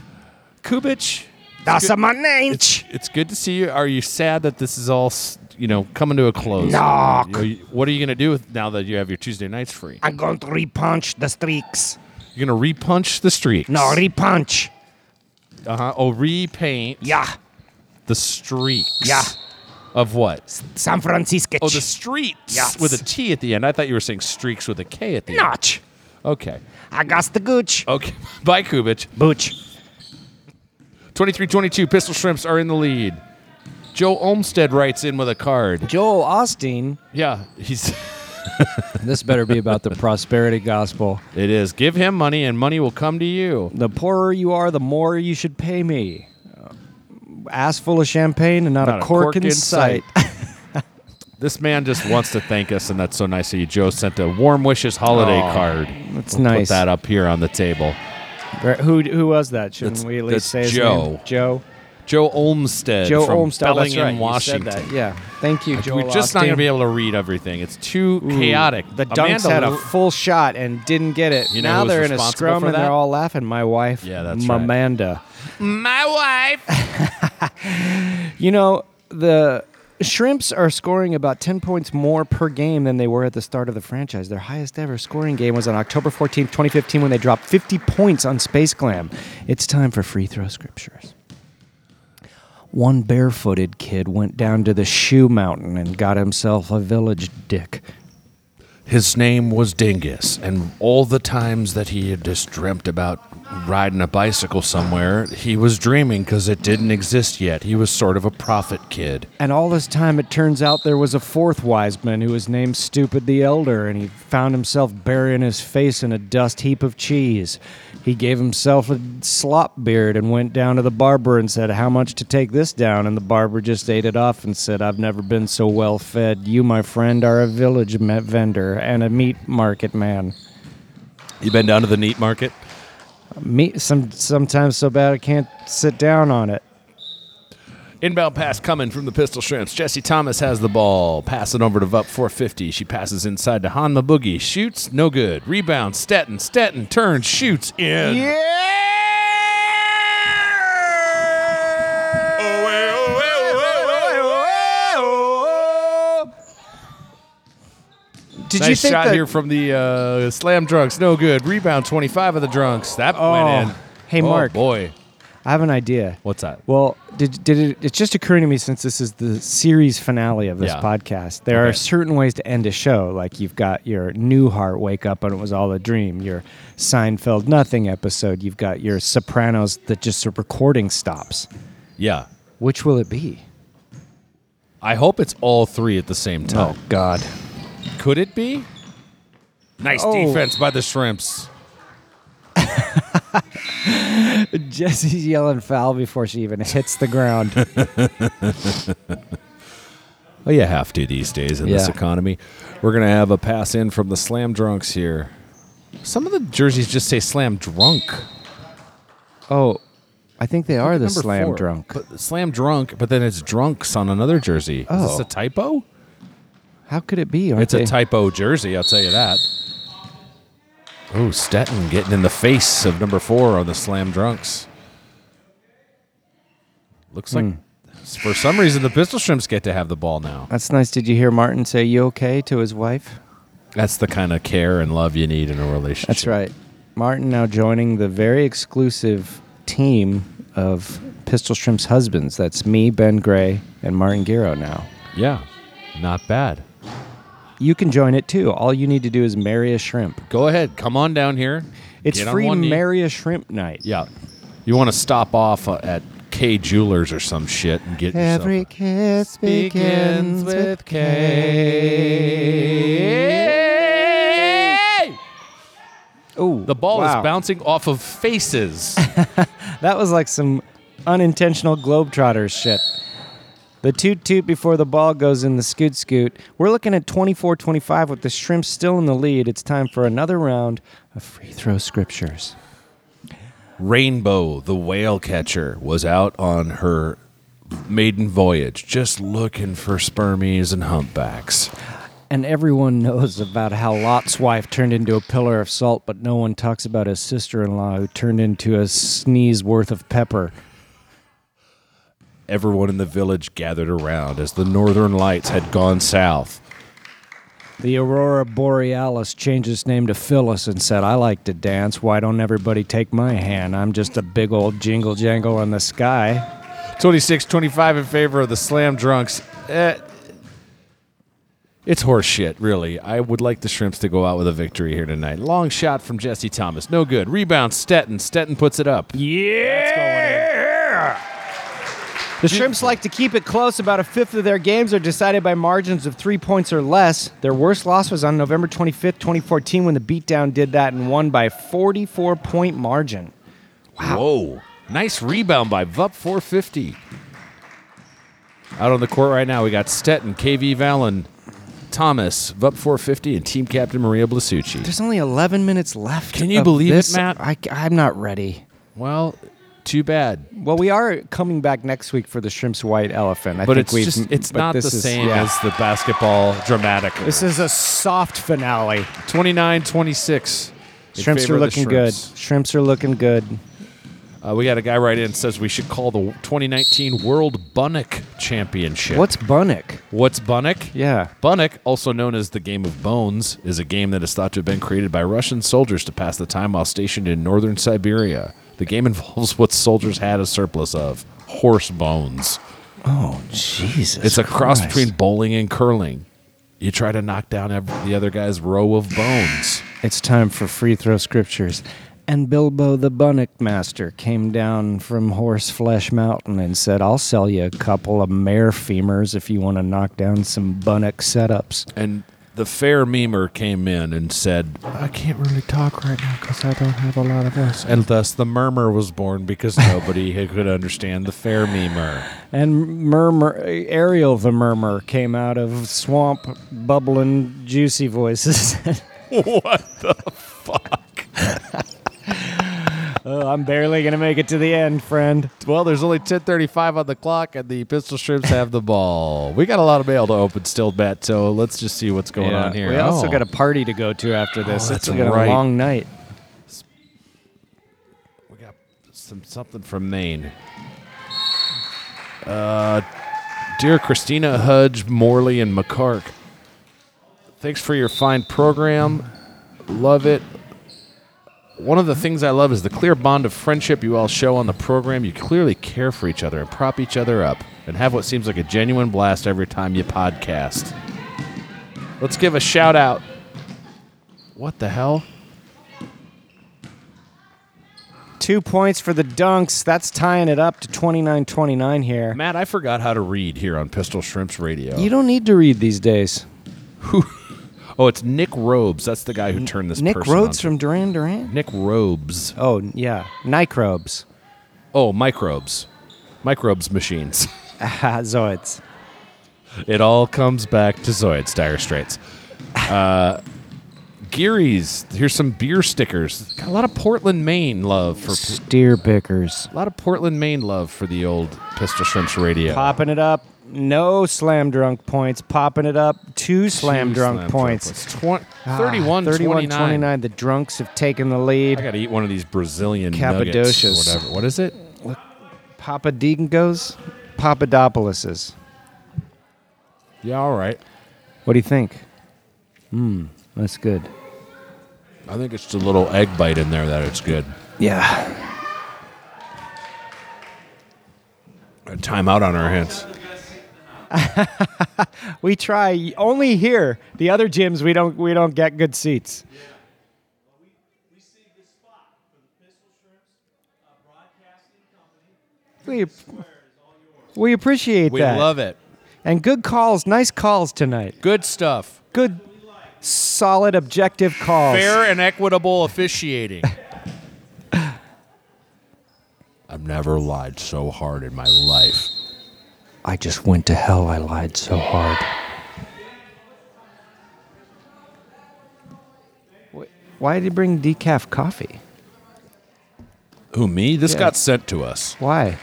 S2: Kubich,
S1: That's a my name.
S2: it's good to see you. Are you sad that this is all, s- you know, coming to a close?
S1: No.
S2: Are you- What are you gonna do with now that you have your Tuesday nights free?
S1: I'm going to repunch the streaks.
S2: You're gonna repunch the streaks.
S1: No, repunch.
S2: uh huh. Oh, repaint
S1: Yeah,
S2: the streaks.
S1: Yeah.
S2: Of what?
S1: San Francisco.
S2: Oh, the streets
S1: Yes.
S2: with a T at the end. I thought you were saying streaks with a K at the end.
S1: notch.
S2: Okay.
S1: I got the gooch.
S2: Okay. (laughs) Bye, Kubich.
S1: Booch.
S2: 23 22, Pistol Shrimps are in the lead. Joe Olmstead writes in with a card.
S1: Joel Austin.
S2: Yeah, he's. (laughs)
S1: This better be about (laughs) the prosperity gospel.
S2: It is. Give him money and money will come to you.
S1: The poorer you are, the more you should pay me. Uh, Ass full of champagne and not, a, cork in sight.
S2: (laughs) This man just wants to thank us, and that's so nice of you. Joe sent a warm wishes holiday
S1: Aw,
S2: card.
S1: that's
S2: We'll
S1: nice.
S2: Put that up here on the table.
S1: Ver- Who who was that? Shouldn't
S2: That's-
S1: we at least say
S2: that's
S1: his
S2: Joe.
S1: name? Joe.
S2: Joe Olmstead.
S1: Joe
S2: from
S1: Olmsted.
S2: Bellingham,
S1: That's right. You said
S2: Washington.
S1: that. Yeah. Thank you, Joel.
S2: We're just
S1: Austin.
S2: not going to be able to read everything. It's too
S1: Ooh,
S2: chaotic.
S1: The Dunks
S2: Amanda
S1: had a
S2: Lu-
S1: full shot and didn't get it.
S2: You know who
S1: now
S2: was
S1: they're in a
S2: responsible
S1: scrum
S2: for
S1: and
S2: that?
S1: they're all laughing. My wife,
S2: Yeah, that's right.
S1: Mamanda.
S2: My wife.
S1: You know, the Shrimps are scoring about 10 points more per game than they were at the start of the franchise. Their highest ever scoring game was on October 14th, 2015, when they dropped 50 points on Space Glam. It's time for free throw scriptures. One barefooted kid went down to the shoe mountain and got himself a village dick.
S2: His name was Dingus, and all the times that he had just dreamt about riding a bicycle somewhere, he was dreaming because it didn't exist yet. He was sort of a prophet kid.
S1: And all this time, it turns out there was a fourth wise man who was named Stupid the Elder, and he found himself burying his face in a dust heap of cheese. He gave himself a slop beard and went down to the barber and said, How much to take this down? And the barber just ate it off and said, I've never been so well fed. You, my friend, are a village met vendor and a meat market man.
S2: You been down to the neat market?
S1: Meat, some, sometimes so bad I can't sit down on it.
S2: Inbound pass coming from the Pistol Shrimps. Jesse Thomas has the ball. Pass it over to Vup 450. She passes inside to Hanma Boogie. Shoots, no good. Rebound, Stetton. Stetton turns, shoots in.
S1: Oh, oh, Did
S2: nice
S1: you think
S2: shot
S1: that,
S2: here from the uh, slam drunks. No good. Rebound 25 of the drunks. That went in.
S1: Hey,
S2: Oh,
S1: Mark.
S2: boy.
S1: I have an idea.
S2: What's that?
S1: Well, did, did it, it's just occurring to me since this is the series finale of this
S2: Yeah.
S1: podcast. There
S2: Okay.
S1: are certain ways to end a show. Like you've got your Newhart wake up and it was all a dream. Your Seinfeld nothing episode. You've got your Sopranos that just the recording stops.
S2: Yeah.
S1: Which will it be?
S2: I hope it's all three at the same time.
S1: Oh God!
S2: Could it be? Nice
S1: Oh.
S2: defense by the Shrimps.
S1: Jesse's yelling foul before she even hits the ground.
S2: Well, you have to these days in this
S1: Yeah.
S2: economy. We're going to have a pass in from the slam drunks here. Some of the jerseys just say slam drunk.
S1: (laughs) oh, I think they are the
S2: Number
S1: slam
S2: four.
S1: drunk.
S2: But slam drunk, but then it's drunks on another jersey. Is
S1: Oh.
S2: this a typo?
S1: How could it be? Aren't
S2: It's a
S1: they-
S2: typo jersey, I'll tell you that. Oh, Stetton getting in the face of number four on the slam drunks. Looks like
S1: Hmm.
S2: for some reason the pistol shrimps get to have the ball now.
S1: That's nice. Did you hear Martin say "you okay" to his wife?
S2: That's the kind of care and love you need in a relationship.
S1: That's right. Martin now joining the very exclusive team of Pistol Shrimp's husbands. That's me, Ben Gray, and Martin Giro now.
S2: Yeah. Not bad.
S1: You can join it too. All you need to do is marry a shrimp.
S2: Go ahead. Come on down here.
S1: It's
S2: Get on
S1: free
S2: one knee.
S1: marry a shrimp night.
S2: Yeah. You want to stop off uh, at K Jewelers or some shit and get
S1: Every
S2: yourself.
S1: kiss begins with K. Oh,
S2: The ball
S1: wow. (laughs)
S2: is bouncing off of faces.
S1: That was like some unintentional Globetrotters shit. The toot toot before the ball goes in the scoot scoot. We're looking at 24 25 with the shrimp still in the lead. It's time for another round of free throw scriptures.
S2: Rainbow, the whale catcher, was out on her maiden voyage just looking for spermies and humpbacks.
S1: And everyone knows about how Lot's wife turned into a pillar of salt, but no one talks about his sister in law who turned into a sneeze worth of pepper.
S2: Everyone in the village gathered around as the northern lights had gone south.
S1: The Aurora Borealis changed its name to Phyllis and said, I like to dance. Why don't everybody take my hand? I'm just a big old jingle jangle in the sky.
S2: 26 25 in favor of the slam drunks. Eh, it's horse shit, really. I would like the Shrimps to go out with a victory here tonight. Long shot from Jesse Thomas. No good. Rebound, Stetton. Stetton puts it up.
S1: The Shrimps like to keep it close. About a fifth of their games are decided by margins of three points or less. Their worst loss was on November 25th, 2014, when the beatdown did that and won by a 44 point margin.
S2: Whoa. Nice rebound by Vup 450. Out on the court right now, we got Stetton, KV Valen, Thomas, Vup 450, and team captain Maria Blasucci.
S1: There's only 11 minutes left.
S2: Can you
S1: of
S2: believe it,
S1: this.
S2: Matt?
S1: I, I'm not ready.
S2: Well, too bad.
S1: Well, we are coming back next week for the Shrimp's White Elephant. I
S2: But
S1: think
S2: it's
S1: we've,
S2: just it's
S1: but
S2: not the
S1: this is-
S2: same
S1: yeah.
S2: as the basketball dramatic.
S1: This is a soft finale.
S2: 29 26.
S1: Shrimps are looking good. Shrimps are looking good.
S2: Uh, we got a guy right in says we should call the 2019 World Bunnock Championship.
S1: What's Bunnick?
S2: What's Bunnock?
S1: Yeah.
S2: Bunnock, also known as the Game of Bones, is a game that is thought to have been created by Russian soldiers to pass the time while stationed in northern Siberia. The game (laughs) involves what soldiers had a surplus of horse bones.
S1: Oh, Jesus.
S2: It's a cross
S1: Christ.
S2: between bowling and curling. You try to knock down ev the other guy's row of bones.
S1: It's time for free throw scriptures. And Bilbo the Bunnock Master came down from Horseflesh Mountain and said, I'll sell you a couple of mare femurs if you want to knock down some Bunnock setups.
S2: And the fair memer came in and said, I can't really talk right now because I don't have a lot of us. And thus the murmur was born (laughs) because nobody had- could understand the fair memer.
S1: And Murmur, Ariel the Murmur came out of swamp, bubbling, juicy voices. (laughs)
S2: what the fuck?
S1: oh, I'm barely going to make it to the end, friend.
S2: Well, there's only 10:35 on the clock, and the Pistol Shrimps have the ball. We got a lot of mail to open still, Matt. So let's just see what's going on here.
S1: We also
S2: Oh.
S1: got a party to go to after this.
S2: that's
S1: it's gonna be
S2: right.
S1: a long night.
S2: we got some something from Maine. Uh, dear Christina Hudge, Morley, and McCark, thanks for your fine program. Love it. One of the things I love is the clear bond of friendship you all show on the program. You clearly care for each other and prop each other up and have what seems like a genuine blast every time you podcast. Let's give a shout out. What the hell?
S1: Two points for the dunks. That's tying it up to 29-29 here.
S2: Matt, I forgot how to read here on Pistol Shrimps Radio.
S1: You don't need to read these days.
S2: Oh, it's Nick Robes. That's the guy who turned this.
S1: Nick
S2: person
S1: Rhodes
S2: onto-
S1: from Duran Duran.
S2: Nick Robes.
S1: Oh yeah, Nicrobes,
S2: Oh, microbes, microbes machines. (laughs)
S1: Ah, Zoids.
S2: it all comes back to Zoids, Dire Straits. Uh, Geary's. Here's some beer stickers. Got a lot of Portland, Maine love for.
S1: Steer Bickers.
S2: A lot of Portland, Maine love for the old Pistol Shrimps Radio.
S1: Popping it up. No slam drunk points. Popping it up. Two slam
S2: Two
S1: drunk
S2: slam
S1: points.
S2: Twen-
S1: Ah,
S2: 31,
S1: 31
S2: 29.
S1: 29. The drunks have taken the
S2: I
S1: lead.
S2: gotta eat one of these Brazilian nuggets. or
S1: Cappadocias.
S2: Whatever. What is it?
S1: Papa Dingoes, Papadopoulos's.
S2: Yeah, all right.
S1: What do you think? Hmm, that's good.
S2: I think it's the little egg bite in there that it's good.
S1: Yeah.
S2: A timeout on our hands.
S1: We try only here. The other gyms we don't we don't get good seats. We, we appreciate
S2: We
S1: that.
S2: love it.
S1: and good calls, nice calls tonight.
S2: Good stuff.
S1: Good, solid, objective calls. (laughs)
S2: Fair and equitable officiating. I I've never lied so hard in my life.
S9: I just went to hell. I lied so hard.
S1: Why did you bring decaf coffee?
S2: Who me? This
S1: Yeah.
S2: got sent to us
S1: Why?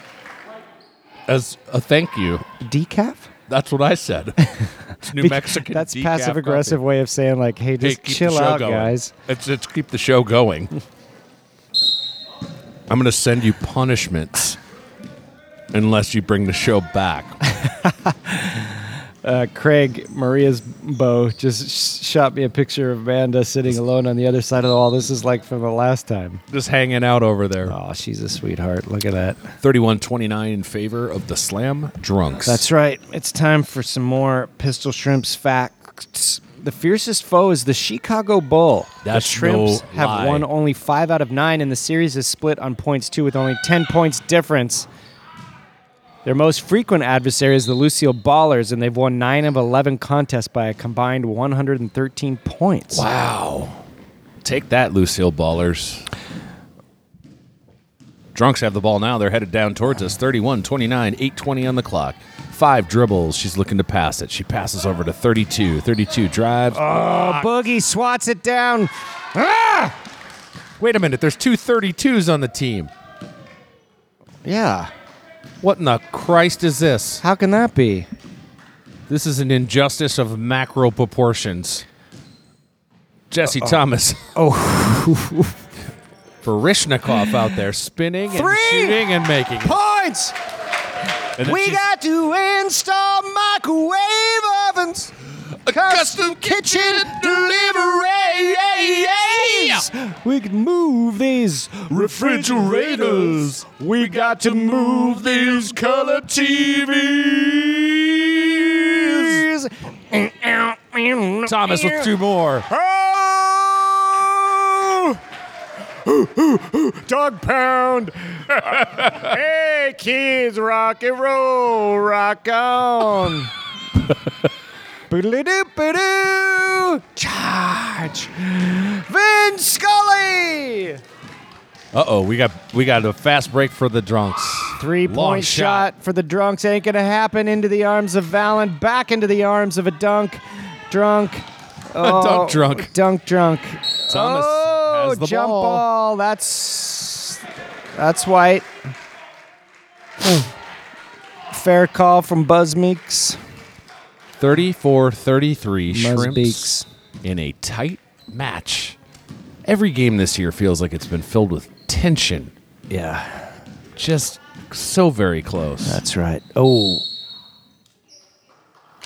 S2: as a thank you.
S1: Decaf?
S2: That's what
S1: (laughs)
S2: I said. It's New Mexican.
S1: That's
S2: decaf
S1: passive aggressive
S2: coffee.
S1: way of saying like, hey,
S2: Hey,
S1: just
S2: keep the
S1: chill
S2: show
S1: out,
S2: going.
S1: guys.
S2: It's it's keep the show going. I'm gonna send you punishments unless you bring the show back.
S1: Uh, Craig Maria's beau just sh- shot me a picture of Amanda sitting alone on the other side of the wall. This is like from the last time.
S2: Just hanging out over there.
S1: Oh, she's a sweetheart. Look at that.
S2: 31-29 in favor of the Slam Drunks.
S1: That's right. It's time for some more Pistol Shrimps facts. The fiercest foe is the Chicago Bull.
S2: That's
S1: the Shrimps
S2: no
S1: have
S2: lie.
S1: won only five out of nine, and the series is split on points two with only 10 points difference. Their most frequent adversary is the Lucille Ballers, and they've won nine of 11 contests by a combined 113 points.
S2: wow. Take that, Lucille Ballers. Drunks have the ball now. They're headed down towards us. 31 29, 820 on the clock. Five dribbles. She's looking to pass it. She passes over to 32. 32 drives.
S1: Oh, Boogie swats it down.
S2: Wait a minute. There's two 32s on the team.
S1: Yeah.
S2: What in the Christ is this?
S1: How can that be?
S2: This is an injustice of macro proportions. Jesse (laughs) Thomas. Oh. Barishnikov out there spinning
S1: Three!
S2: and shooting and making it.
S1: Points!
S2: And then
S1: We
S2: she's-
S1: got to install microwave ovens.
S2: custom kitchen delivery.
S1: We can move these
S2: Refrigerators. We got to move these color TVs. Thomas with two more.
S1: Dog pound. (laughs) hey, kids, rock and roll, rock (laughs) on. Boodly-doo, boodoo. Charge. Vin Scully.
S2: Uh oh, we got we got a fast break for the drunks.
S1: Three
S2: Long
S1: point shot. for the drunks ain't gonna happen. Into the arms of Valen, back into the arms of a dunk, drunk,
S2: (laughs) A
S1: Oh,
S2: dunk drunk.
S1: dunk drunk.
S2: Thomas
S1: oh,
S2: has the
S1: jump
S2: ball.
S1: ball. That's that's white. Fair call from Buzz Meeks.
S2: 34-33 shrimps
S1: Muzzbeaks.
S2: in a tight match. Every game this year feels like it's been filled with tension.
S1: Yeah,
S2: Just so very close.
S1: that's right. Oh,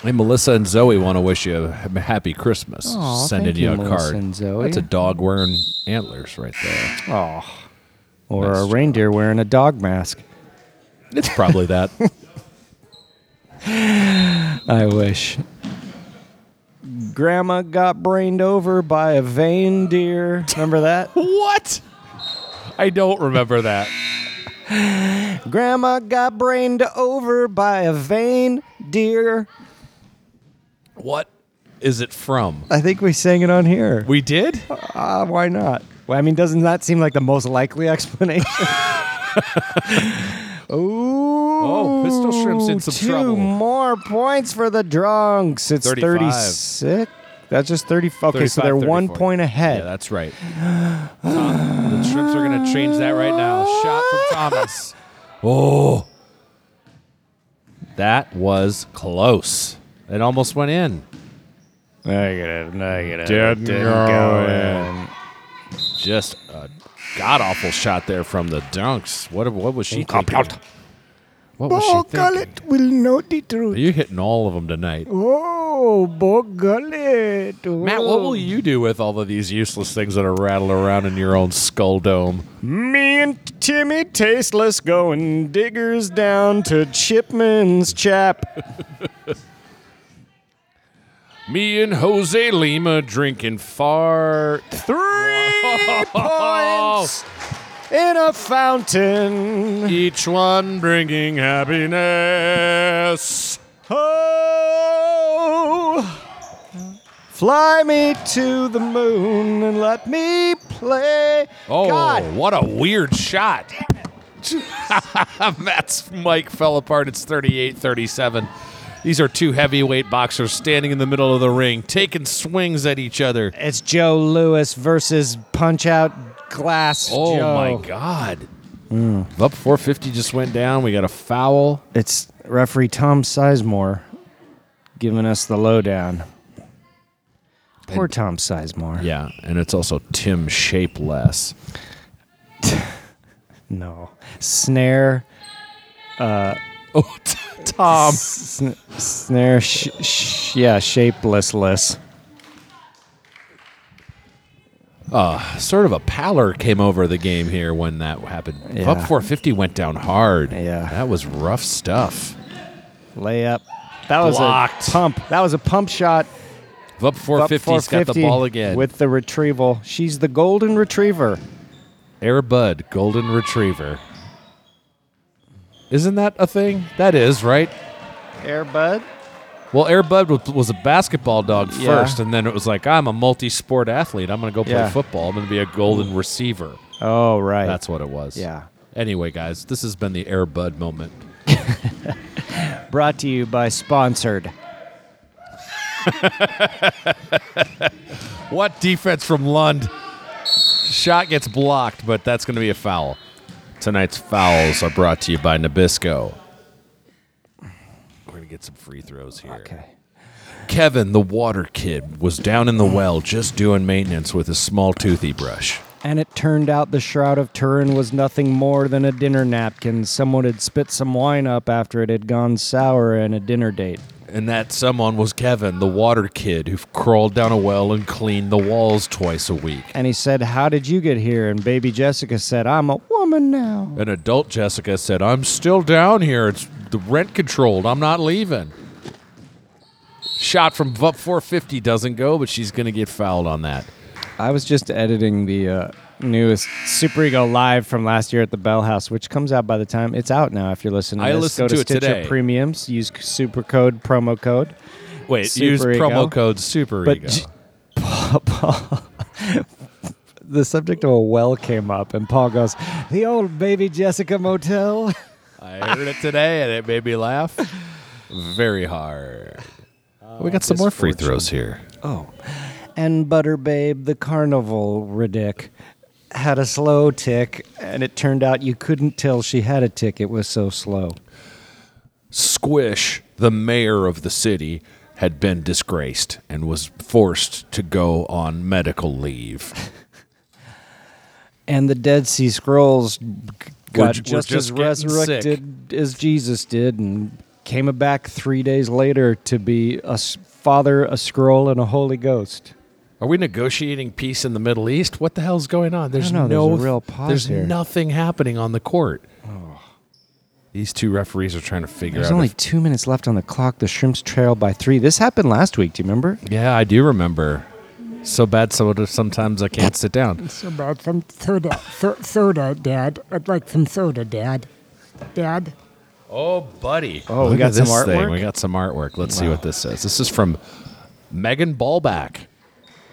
S2: Hey, Melissa and Zoe want to wish you a happy Christmas.
S1: Aw,
S2: Sending
S1: thank
S2: you
S1: you,
S2: a
S1: Melissa
S2: card.
S1: and Zoe.
S2: That's a dog wearing antlers right there.
S1: oh, or
S2: Nice
S1: a
S2: job.
S1: reindeer wearing a dog mask.
S2: It's probably that.
S1: I wish. Grandma got brained over by a vain deer. Remember (laughs) that?
S2: (laughs) what? I don't remember that.
S1: Grandma got brained over by a vain deer.
S2: What is it from?
S1: I think we sang it on here.
S2: We did?
S1: Ah, why not? Well, I mean, doesn't that seem like the most likely (laughs) explanation? Ooh,
S2: Oh, Pistol Shrimp's in some
S1: two
S2: trouble.
S1: more points for the drunks. It's
S2: 35.
S1: 36. That's just 35. Okay, so
S2: 35,
S1: they're one
S2: 34.
S1: point ahead.
S2: Yeah, that's right. Tom, the Shrimps are going to change that right now. Shot from Thomas. Oh. That was close. It almost went in.
S1: Negative, negative.
S2: Didn't
S1: Didn't
S2: go
S1: go
S2: in.
S1: in.
S2: Just a god awful shot there from the Dunks. What what was she thinking? What was she thinking?
S1: Bogullet will know the
S2: Are
S1: truth.
S2: you hitting all of them tonight?
S1: Oh, Bogullet.
S2: Matt, what will you do with all of these useless things that are rattling around in your own skull dome?
S1: Me and Timmy Tasteless going diggers down to Chipman's Chap.
S2: Me and Jose Lima drinking far.
S1: Three points in a fountain.
S2: Each one bringing happiness.
S1: Oh. Fly me to the moon and let me play.
S2: Oh,
S1: God,
S2: what a weird shot. (laughs) Matt's mic fell apart. It's 38 37. These are two heavyweight boxers standing in the middle of the ring, taking swings at each other.
S1: It's Joe Lewis versus Punch Out Glass.
S2: Oh
S1: Joe.
S2: my God. Mm. Up 450 just went down. We got a foul.
S1: It's referee Tom Sizemore giving us the lowdown. Poor Tom Sizemore.
S2: Yeah, and it's also Tim Shapeless.
S1: No. Snare.
S2: (laughs) Oh, Tom.
S1: Sn- snare. Sh- sh- yeah, shapelessless.
S2: Sort of a pallor came over the game here when that happened.
S1: Yeah.
S2: Up 450 went down hard.
S1: Yeah.
S2: That was rough stuff.
S1: Layup. That was
S2: Blocked.
S1: a pump. That was a pump shot.
S2: Up 450, has got the ball again. With
S1: With the retrieval. She's the golden retriever.
S2: Air Bud, Golden Retriever. Isn't that a thing? That is, right?
S1: Air Bud.
S2: Well, Air Bud was, was a basketball dog
S1: Yeah.
S2: first, and then it was like, I'm a multi sport athlete. I'm going to go play
S1: Yeah.
S2: football. I'm going to be a golden receiver.
S1: Oh, right.
S2: That's what it was.
S1: Yeah.
S2: Anyway, guys, this has been the Air Bud moment.
S1: Brought to you by Sponsored.
S2: What defense from Lund? Shot gets blocked, but that's going to be a foul. Tonight's fouls are brought to you by Nabisco. We're going to get some free throws here.
S1: Okay.
S2: Kevin, the water kid, was down in
S1: (clears throat)
S2: the well just doing maintenance with his small toothy brush.
S1: And it turned out the Shroud of Turin was nothing more than a dinner napkin. Someone had spit some wine up after it had gone sour in a dinner date.
S2: And that someone was Kevin, the water kid, who crawled down a well and cleaned the walls twice a week.
S1: And he said, How did you get here? And baby Jessica said, I'm a woman now.
S2: An adult Jessica said, I'm still down here. It's the rent controlled. I'm not leaving. Shot from up 450 doesn't go, but she's going to get fouled on that.
S1: I was just editing the uh, newest Super Ego Live from last year at the Bell House, which comes out by the time it's out now. If you're listening, to
S2: I
S1: this.
S2: listened
S1: go to,
S2: to it
S1: Stitcher
S2: today.
S1: Premiums, use c- super code promo code.
S2: Wait,
S1: Super
S2: use
S1: ego.
S2: promo code super
S1: But
S2: ego.
S1: j- The subject of a well came up, and Paul goes, "The old baby Jessica Motel."
S2: I heard it today and it made me laugh (laughs) Oh, very hard. we got some more free throws here.
S1: Oh. and Butter Babe, the carnival ridic, had a slow tick, and it turned out you couldn't tell she had a tick. It was so slow.
S2: Squish, the mayor of the city, had been disgraced and was forced to go on medical leave.
S1: And the Dead Sea Scrolls
S2: We're
S1: got
S2: ju- we're
S1: just, as
S2: just getting
S1: resurrected as Jesus did, and came back three days later to be a s- father, a scroll, and a Holy Ghost.
S2: Are we negotiating peace in the Middle East? What the hell's going on? There's
S1: know.
S2: no
S1: There's a real pause
S2: there's
S1: here. Oh.
S2: nothing happening on the court. These two referees are trying to figure
S1: There's
S2: out.
S1: only
S2: if-
S1: two minutes left on the clock. The shrimps trail by three. This happened last week. Do you remember?
S2: yeah, I do remember. So bad, so sometimes I can't sit down.
S10: It's about some soda, so, soda, Dad. I'd like some soda, Dad. Dad.
S2: Oh, buddy!
S1: Oh, we
S2: Look
S1: got
S2: at
S1: some
S2: this thing.
S1: artwork?
S2: We got some artwork. Let's see what this says. This is from Megan Ballback,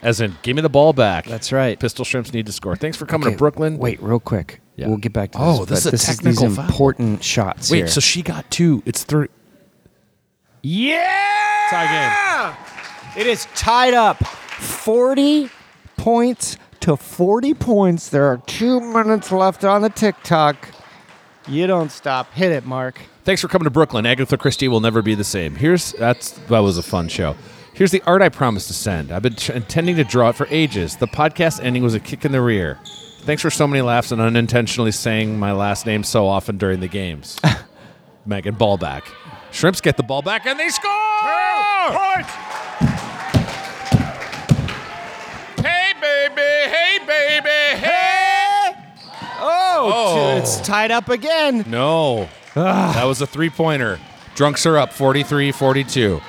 S2: as in "Give me the ball back."
S1: That's right.
S2: Pistol Shrimps need to score. Thanks for coming
S1: Okay,
S2: to Brooklyn.
S1: Wait, real quick.
S2: Yeah.
S1: We'll get back to
S2: Oh,
S1: this.
S2: this
S1: but
S2: is a
S1: these
S2: technical foul.
S1: important shots
S2: wait.
S1: here.
S2: So she got two. It's three. Yeah. Tie game.
S1: It is tied up 40 points to 40 points. There are two minutes left on the TikTok. You don't stop. Hit it, Mark.
S2: Thanks for coming to Brooklyn. Agatha Christie will never be the same. Here's that's that was a fun show. Here's the art I promised to send. I've been t- intending to draw it for ages. The podcast ending was a kick in the rear. Thanks for so many laughs and unintentionally saying my last name so often during
S1: (laughs)
S2: the games. Megan ball back. Shrimps get the ball back and they score. Hey baby, hey baby, hey.
S1: Oh,
S2: Oh.
S1: two- it's tied up again.
S2: No.
S1: Ah.
S2: That was a three pointer. Drunks are up 43 42.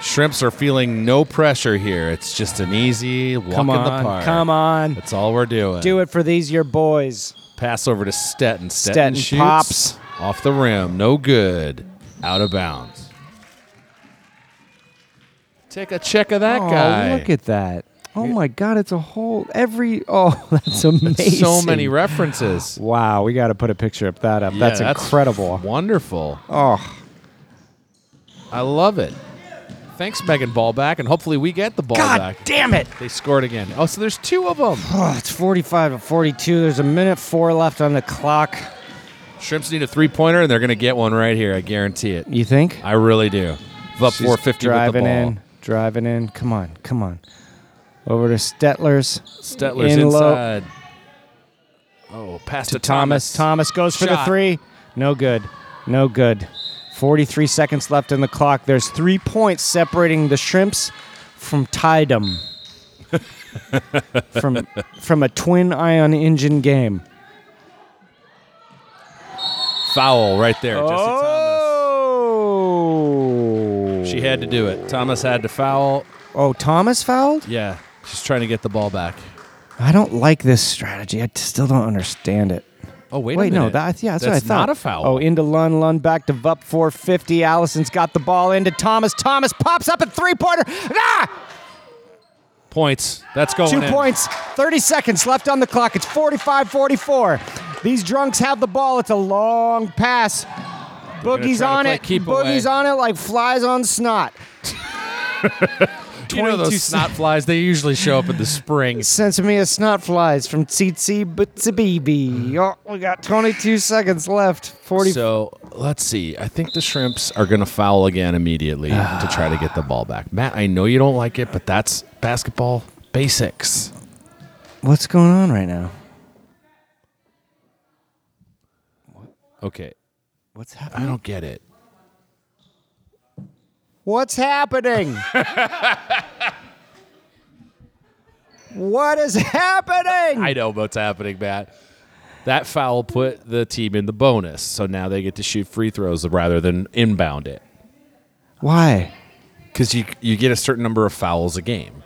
S2: Shrimps are feeling no pressure here. It's just an easy walk
S1: Come
S2: in
S1: on.
S2: the park.
S1: Come on.
S2: That's all we're doing.
S1: Do it for these your boys.
S2: Pass over to Stetton.
S1: Stetton
S2: Stetton, shoots
S1: pops.
S2: Off the rim. No good. Out of bounds. Take a check of that
S1: oh,
S2: guy.
S1: look at that. Oh my God! It's a whole every. Oh, (laughs) that's amazing.
S2: so many references.
S1: Wow, we got to put a picture of that up.
S2: Yeah,
S1: that's,
S2: that's
S1: incredible.
S2: Wonderful.
S1: Oh,
S2: I love it. Thanks, Megan Ballback, and hopefully we get the ball
S3: God
S2: back.
S3: damn it!
S2: They scored again. Oh, so there's two of them.
S1: Ah,
S3: Oh, it's 45 to 42. There's a minute four left on the clock.
S2: Shrimps need a three pointer, and they're going to get one right here. I guarantee it.
S1: you think?
S2: I really do. Up
S1: She's
S2: 450 with the
S1: driving
S2: ball.
S1: in, driving in. Come on, come on. Over to Stetler's.
S2: Stetler's
S1: In low.
S2: inside. Oh, pass to,
S1: to Thomas. Thomas goes for the
S2: Shot.
S1: three. No good. No good. 43 seconds left in the clock. There's three points separating the shrimps from Tidum. (laughs) from from a twin ion engine game.
S2: Foul right there. Jesse Thomas.
S1: Oh.
S2: She had to do it. Thomas had to foul.
S1: Oh, Thomas fouled?
S2: Yeah, she's trying to get the ball back.
S1: I don't like this strategy. I still don't understand it.
S2: Oh wait,
S1: Wait,
S2: a minute.
S1: no, that, yeah, that's, what I
S2: That's
S1: thought.
S2: Not a foul.
S1: Oh, into Lund, Lund back to Vup 450. Allison's got the ball into Thomas. Thomas pops up at three pointer. Ah!
S2: points. That's going
S1: Two
S2: in.
S1: points, 30 seconds left on the clock. It's 45 44. These drunks have the ball. It's a long pass. Boogie's
S2: try to
S1: on
S2: play
S1: it.
S2: keep
S1: Boogie's
S2: away.
S1: on it like flies on snot.
S2: You know
S1: 22
S2: those snot flies? They usually show up in
S1: (laughs)
S2: the spring.
S1: Sends me a snot flies from Tsitsi Butsibibi. Oh, we got 22 seconds left. 40.
S2: So let's see. I think the shrimps are going to foul again immediately
S1: Ah.
S2: to try to get the ball back. Matt, I know you don't like it, but that's basketball basics.
S1: What's going on right now?
S2: Okay,
S1: What's happening?
S2: I don't get it.
S1: What's (laughs) happening? what is happening?
S2: I know what's happening, Matt. That foul put the team in the bonus, so now they get to shoot free throws rather than inbound it.
S1: Why?
S2: Because you you get a certain number of fouls a game.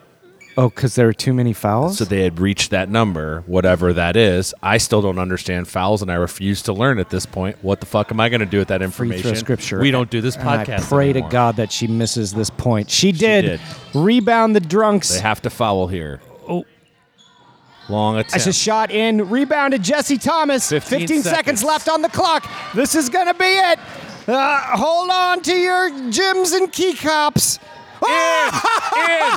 S1: Oh, because there were too many fouls?
S2: So they had reached that number, whatever that is. I still don't understand fouls, and I refuse to learn at this point. What the fuck am I going to do with that
S1: Free
S2: information?
S1: throw scripture.
S2: We don't do this
S1: And
S2: podcast.
S1: I pray
S2: anymore.
S1: to God that she misses this point. She did.
S2: did.
S1: Rebound the
S2: they
S1: drunks.
S2: have to foul here. Oh, long
S1: That's
S2: attempt. (laughs)
S1: a shot in. Rebounded Jesse Thomas.
S2: 15
S1: seconds.
S2: seconds.
S1: left on the clock. This is going to be it. Uh, hold on to your gyms and key cops.
S2: in, in.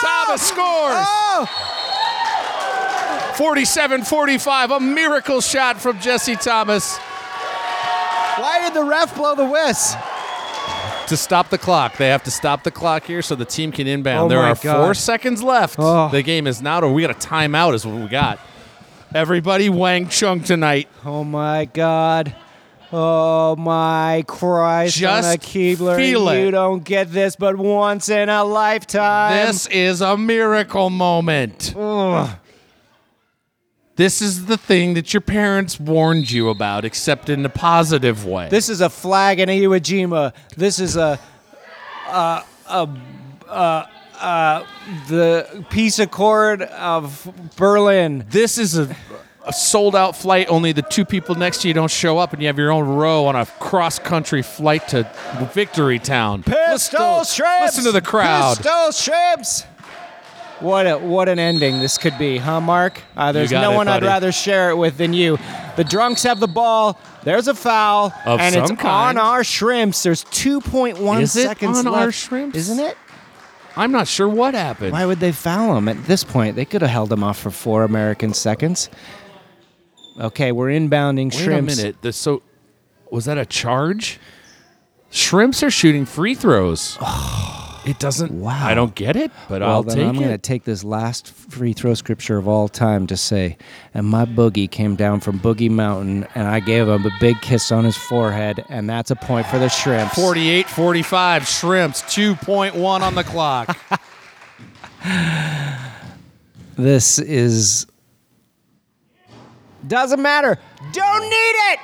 S2: Thomas scores.
S1: Oh!
S2: 47-45, a miracle shot from Jesse Thomas
S1: Why did the ref blow the whist?
S2: to stop the clock. They have to stop the clock here so the team can inbound.
S1: Oh
S2: there
S1: my
S2: are four
S1: God.
S2: seconds left.
S1: Oh.
S2: The game is not over. We got a timeout is what we got. Everybody Wang Chung tonight.
S1: Oh my God. Oh my Christ.
S2: Just
S1: on a Keebler,
S2: feel it.
S1: You don't get this but once in a lifetime.
S2: This is a miracle moment. This is the thing that your parents warned you about, except in a positive way.
S1: This is a flag in Iwo Jima. This is a. Uh, a uh, uh, the peace accord of Berlin.
S2: this is a, a sold out flight, only the two people next to you don't show up, and you have your own row on a cross country flight to Victory Town.
S1: Pistol
S2: listen,
S1: shrimps.
S2: listen to the crowd.
S1: Pistol shrimps. What a what an ending this could be, huh, Mark? Uh, there's
S2: got
S1: no
S2: it,
S1: one
S2: buddy.
S1: I'd rather share it with than you. The drunks have the ball. There's a foul,
S2: Of
S1: and it's
S2: some kind.
S1: on our shrimps. There's 2.1
S2: Is it
S1: seconds
S2: on
S1: left.
S2: our shrimps?
S1: Isn't it?
S2: I'm not sure what happened.
S1: Why would they foul him at this point? They could have held him off for four American seconds. Okay, we're inbounding
S2: Wait
S1: shrimps.
S2: a minute. The, so, was that a charge? Shrimps are shooting free throws.
S1: (sighs)
S2: it doesn't.
S1: Wow.
S2: I don't get it, but
S1: well,
S2: I'll
S1: then
S2: take
S1: I'm going to
S2: it.
S1: take this last free throw scripture of all time to say, and my boogie came down from Boogie Mountain, and I gave him a big kiss on his forehead, and that's a point for the shrimps.
S2: 48 45 shrimps 2.1 on the
S1: (laughs)
S2: clock
S1: This is doesn't matter. Don't need
S2: (laughs)
S1: it.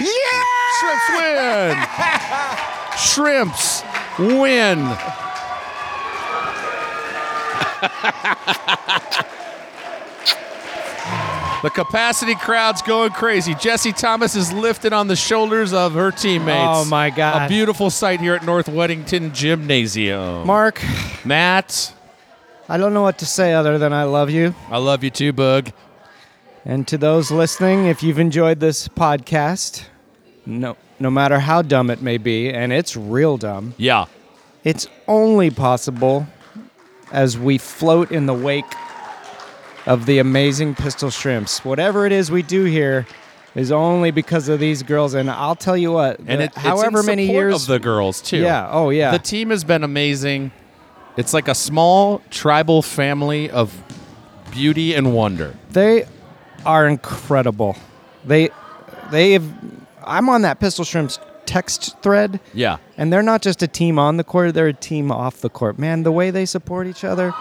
S1: yeah.
S2: shrimps win shrimps win the capacity crowd's going crazy jesse thomas is lifted on the shoulders of her teammates
S1: Oh, my God.
S2: a beautiful sight here at north weddington gymnasium
S1: Mark,
S2: matt
S1: I don't know what to say other than I love you.
S2: I love you too, Bug.
S1: And to those listening, if you've enjoyed this podcast, no, no matter how dumb it may be, and it's real dumb,
S2: Yeah.
S1: it's only possible as we float in the wake of the amazing pistol shrimps. Whatever it is we do here is only because of these girls. And I'll tell you what,
S2: And
S1: the-
S2: it, it's in
S1: however many
S2: support
S1: years
S2: of the girls too.
S1: Yeah, oh, yeah.
S2: The team has been amazing. It's like a small tribal family of beauty and wonder.
S1: They are incredible. They they've I'm on that Pistol Shrimps text thread.
S2: Yeah.
S1: And they're not just a team on the court, they're a team off the court. Man, the way they support each other.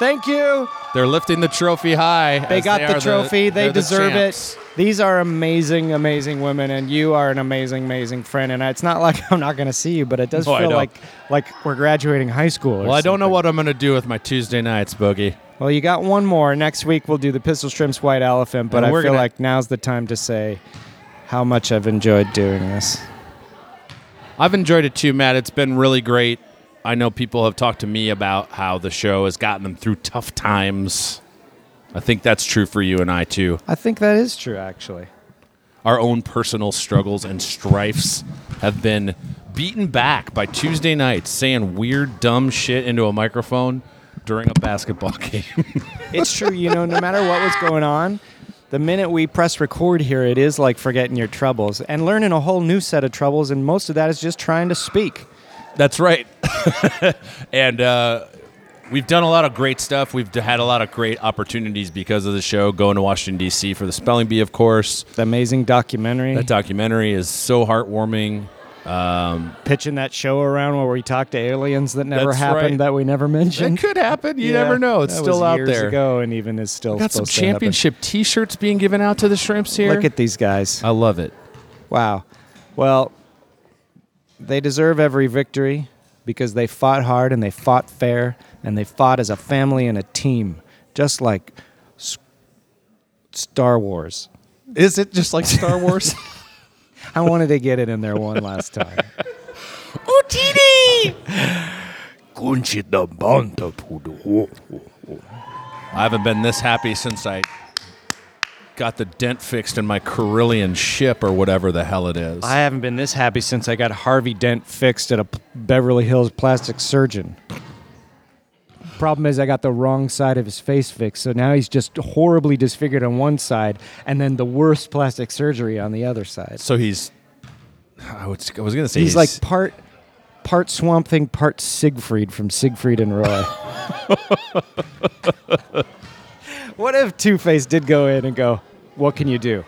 S1: Thank you.
S2: They're lifting the trophy high.
S1: They
S2: as
S1: got
S2: they are
S1: the trophy. they
S2: they're the
S1: deserve
S2: champs.
S1: it. These are amazing, amazing women, and you are an amazing, amazing friend. And it's not like (laughs) I'm not going to see you, but it does
S2: No, I
S1: feel
S2: don't.
S1: like like we're graduating high school. or
S2: Well, I don't know
S1: something.
S2: what I'm going to do with my Tuesday nights, Boogie.
S1: Well, you got one more. Next week we'll do the Pistol Shrimps White Elephant, but
S2: And
S1: I
S2: we're
S1: feel
S2: gonna-
S1: like now's the time to say how much I've enjoyed doing this.
S2: I've enjoyed it too, Matt. It's been really great. I know people have talked to me about how the show has gotten them through tough times. I think that's true for you and I too.
S1: I think that is true, actually.
S2: Our own personal struggles and strifes have been beaten back by Tuesday nights saying weird, dumb shit into a microphone during a basketball (laughs) game.
S1: It's true, you know, no matter what was going on, the minute we press record here, it is like forgetting your troubles and learning a whole new set of troubles, and most of that is just trying to speak.
S2: That's right. (laughs) and uh, we've done a lot of great stuff. We've d- had a lot of great opportunities because of the show, going to Washington, D.C. for the spelling bee, of course.
S1: The amazing documentary,
S2: That documentary is so heartwarming. Um,
S1: pitching that show around where we talk to aliens that never
S2: That's
S1: happened
S2: right.
S1: that we never mentioned.
S2: it could happen. You
S1: Yeah,
S2: never know. It's
S1: that
S2: still
S1: was
S2: out
S1: years
S2: there.
S1: ago, and even is still
S2: Got some
S1: supposed to happen.
S2: championship T-shirts being given out to the shrimps here.
S1: Look at these guys.
S2: I love it.
S1: Wow. Well, they deserve every victory because they fought hard and they fought fair and they fought as a family and a team, just like S- Star Wars.
S2: Is it just like Star Wars?
S1: (laughs) I wanted to get it in there one last time.
S2: I haven't been this happy since I got the dent fixed in my Carillion ship or whatever the hell it is.
S1: I haven't been this happy since I got Harvey Dent fixed at a P- Beverly Hills plastic surgeon. Problem is, I got the wrong side of his face fixed, so now he's just horribly disfigured on one side, and then the worst plastic surgery on the other side.
S2: so he's. I was, I was gonna say
S1: He's, like part part Swamp Thing, part Siegfried from Siegfried and Roy. (laughs) what if Two Face did go in and go, "What can you do?"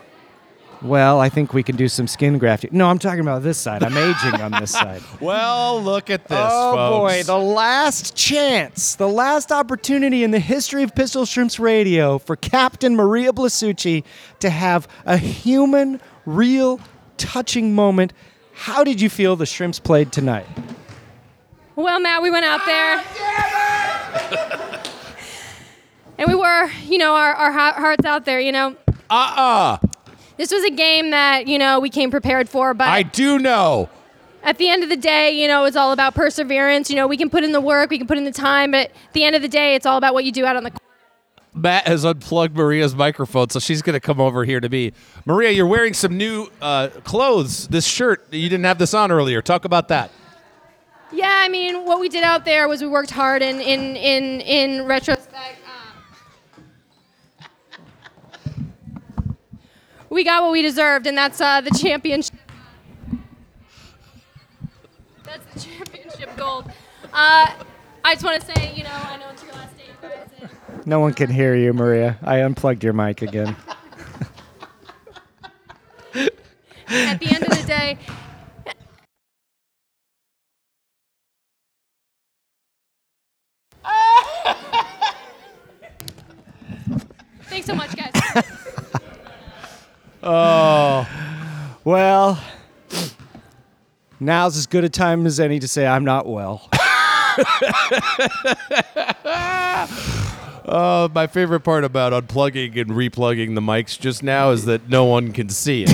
S1: Well, I think we can do some skin grafting. No, I'm talking about this side. I'm aging on this side.
S2: Well, look at this,
S1: oh
S2: folks.
S1: boy, the last chance, the last opportunity in the history of Pistol Shrimps Radio for Captain Maria Blasucci to have a human, real, touching moment. How did you feel the Shrimps played tonight?
S11: Well, Matt, we went out there. and we were, you know, our, our hea- hearts out there, you know.
S2: uh-uh.
S11: This was a game that, you know, we came prepared for, but
S2: I do know.
S11: at the end of the day, you know, it's all about perseverance. You know, we can put in the work, we can put in the time, but at the end of the day, it's all about what you do out on the court.
S2: Matt has unplugged Maria's microphone, so she's going to come over here to me. Maria, you're wearing some new uh, clothes. This shirt, you didn't have this on earlier. Talk about that.
S11: Yeah, I mean, what we did out there was we worked hard, and in in in retrospect, um, we got what we deserved, and that's uh, the championship. That's the championship gold. Uh, I just want to say, you know, I know it's your last day, guys, and
S1: No one can hear you, Maria. I unplugged your mic again.
S11: (laughs) at the end of the day. Thanks so much, guys.
S1: Well, now's as good a time as any to say I'm not well.
S2: Uh, my favorite part about unplugging and replugging the mics just now is that no one can see (laughs) it.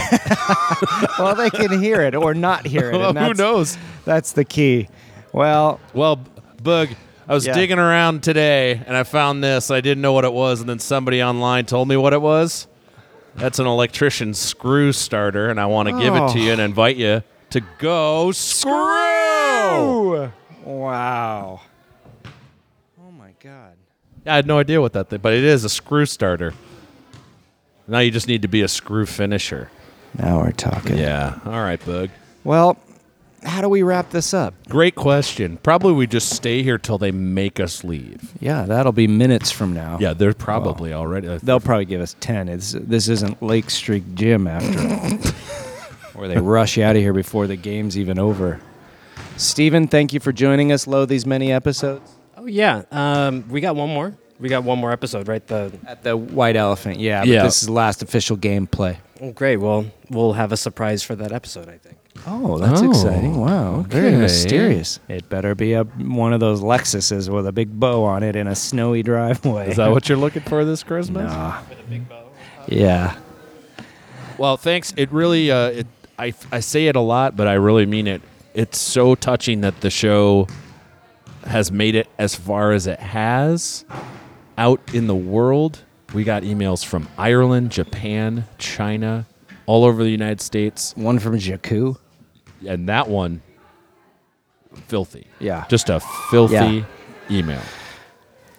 S1: well, they can hear it (laughs) or not hear it. and
S2: Who
S1: that's-
S2: knows?
S1: That's the key. Well,
S2: Well, Bug, I was
S1: Yeah.
S2: digging around today and I found this. I didn't know what it was, and then somebody online told me what it was. That's an electrician screw starter, and I want to give it to
S1: Oh.
S2: you and invite you to go screw.
S1: Wow. Oh my god.
S2: I had no idea what that thing, but it is a screw starter. Now you just need to be a screw finisher.
S1: Now we're talking.
S2: Yeah. All right, bug.
S1: Well, how do we wrap this up?
S2: Great question. Probably we just stay here till they make us leave.
S1: Yeah, that'll be minutes from now.
S2: Yeah, they're probably already.
S1: They'll probably give us 10. It's, this isn't Lake Street Gym after (laughs) all. Or they rush out of here before the game's even over. Steven, thank you for joining us, Lo, these many episodes.
S3: Oh yeah, um, we got one more. We got one more episode, right? The
S1: at the White Elephant. Yeah, but
S3: Yeah.
S1: this is the last official gameplay.
S3: Oh, great. Well, we'll have a surprise for that episode, I think.
S1: Oh, that's
S3: Oh,
S1: exciting. Wow. Very
S3: okay.
S1: mysterious. It better be a, one of those Lexuses with a big bow on it in a snowy driveway.
S2: Is that what you're looking for this Christmas?
S1: Nah. Yeah.
S2: Well, thanks. It really, uh, it, I, I say it a lot, but I really mean it. It's so touching that the show has made it as far as it has out in the world. We got emails from Ireland, Japan, China, all over the United States.
S1: One from Jakku.
S2: And that one, filthy.
S1: Yeah.
S2: Just a filthy
S1: Yeah.
S2: email.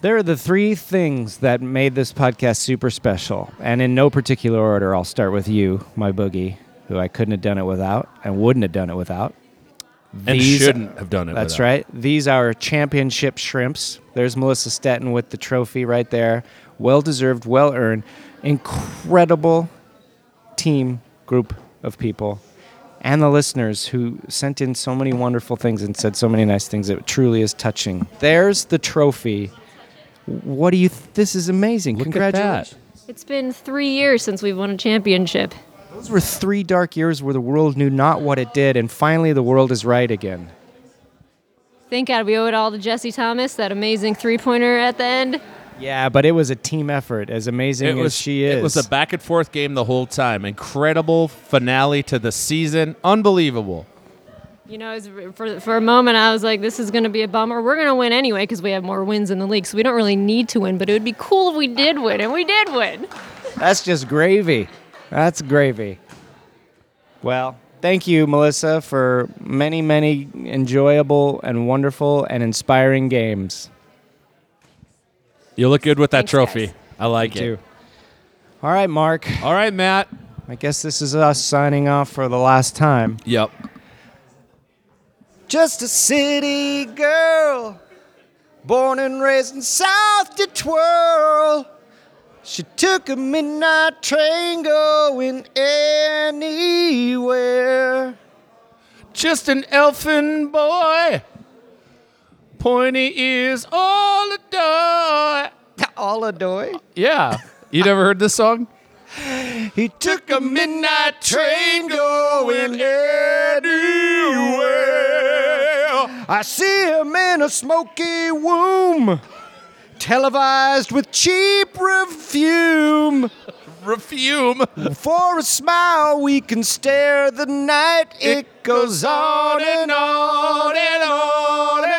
S1: There are the three things that made this podcast super special. And in no particular order, I'll start with you, my boogie, who I couldn't have done it without and wouldn't have done it without.
S2: And shouldn't have done it
S1: That's
S2: without.
S1: right. These are championship shrimps. There's Melissa Stetton with the trophy right there. Well deserved, well earned. Incredible team group of people and the listeners who sent in so many wonderful things and said so many nice things. It truly is touching. There's the trophy. What do you? Th- this is amazing. Congratulations.
S12: It's been three years since we've won a championship.
S1: Those were three dark years where the world knew not what it did, and finally the world is right again.
S12: Thank God we owe it all to Jesse Thomas, that amazing three pointer at the end.
S1: Yeah, but it was a team effort. As amazing
S2: It
S1: as
S2: was
S1: she is,
S2: It was a back and forth game the whole time. Incredible finale to the season. Unbelievable.
S12: You know, it was, for, for a moment, I was like, this is going to be a bummer. We're going to win anyway because we have more wins in the league, so we don't really need to win, but it would be cool if we did win, and we did win.
S1: That's just gravy. That's gravy. Well, thank you, Melissa, for many, many enjoyable and wonderful and inspiring games.
S2: You look good with that trophy. I like
S1: Thank
S2: it.
S1: you. All right, Mark.
S2: All right, Matt.
S1: I guess this is us signing off for the last time.
S2: Yep.
S13: Just a city girl, born and raised in South Detroit. She took a midnight train going anywhere.
S2: Just an elfin boy, pointy ears, all adoy.
S13: All adoy?
S2: Yeah. (laughs) You never heard this song?
S13: He took a midnight train going anywhere. I see him in a smoky womb, televised with cheap refume.
S2: Refume.
S13: For a smile, we can stare the night. It goes on and on and on and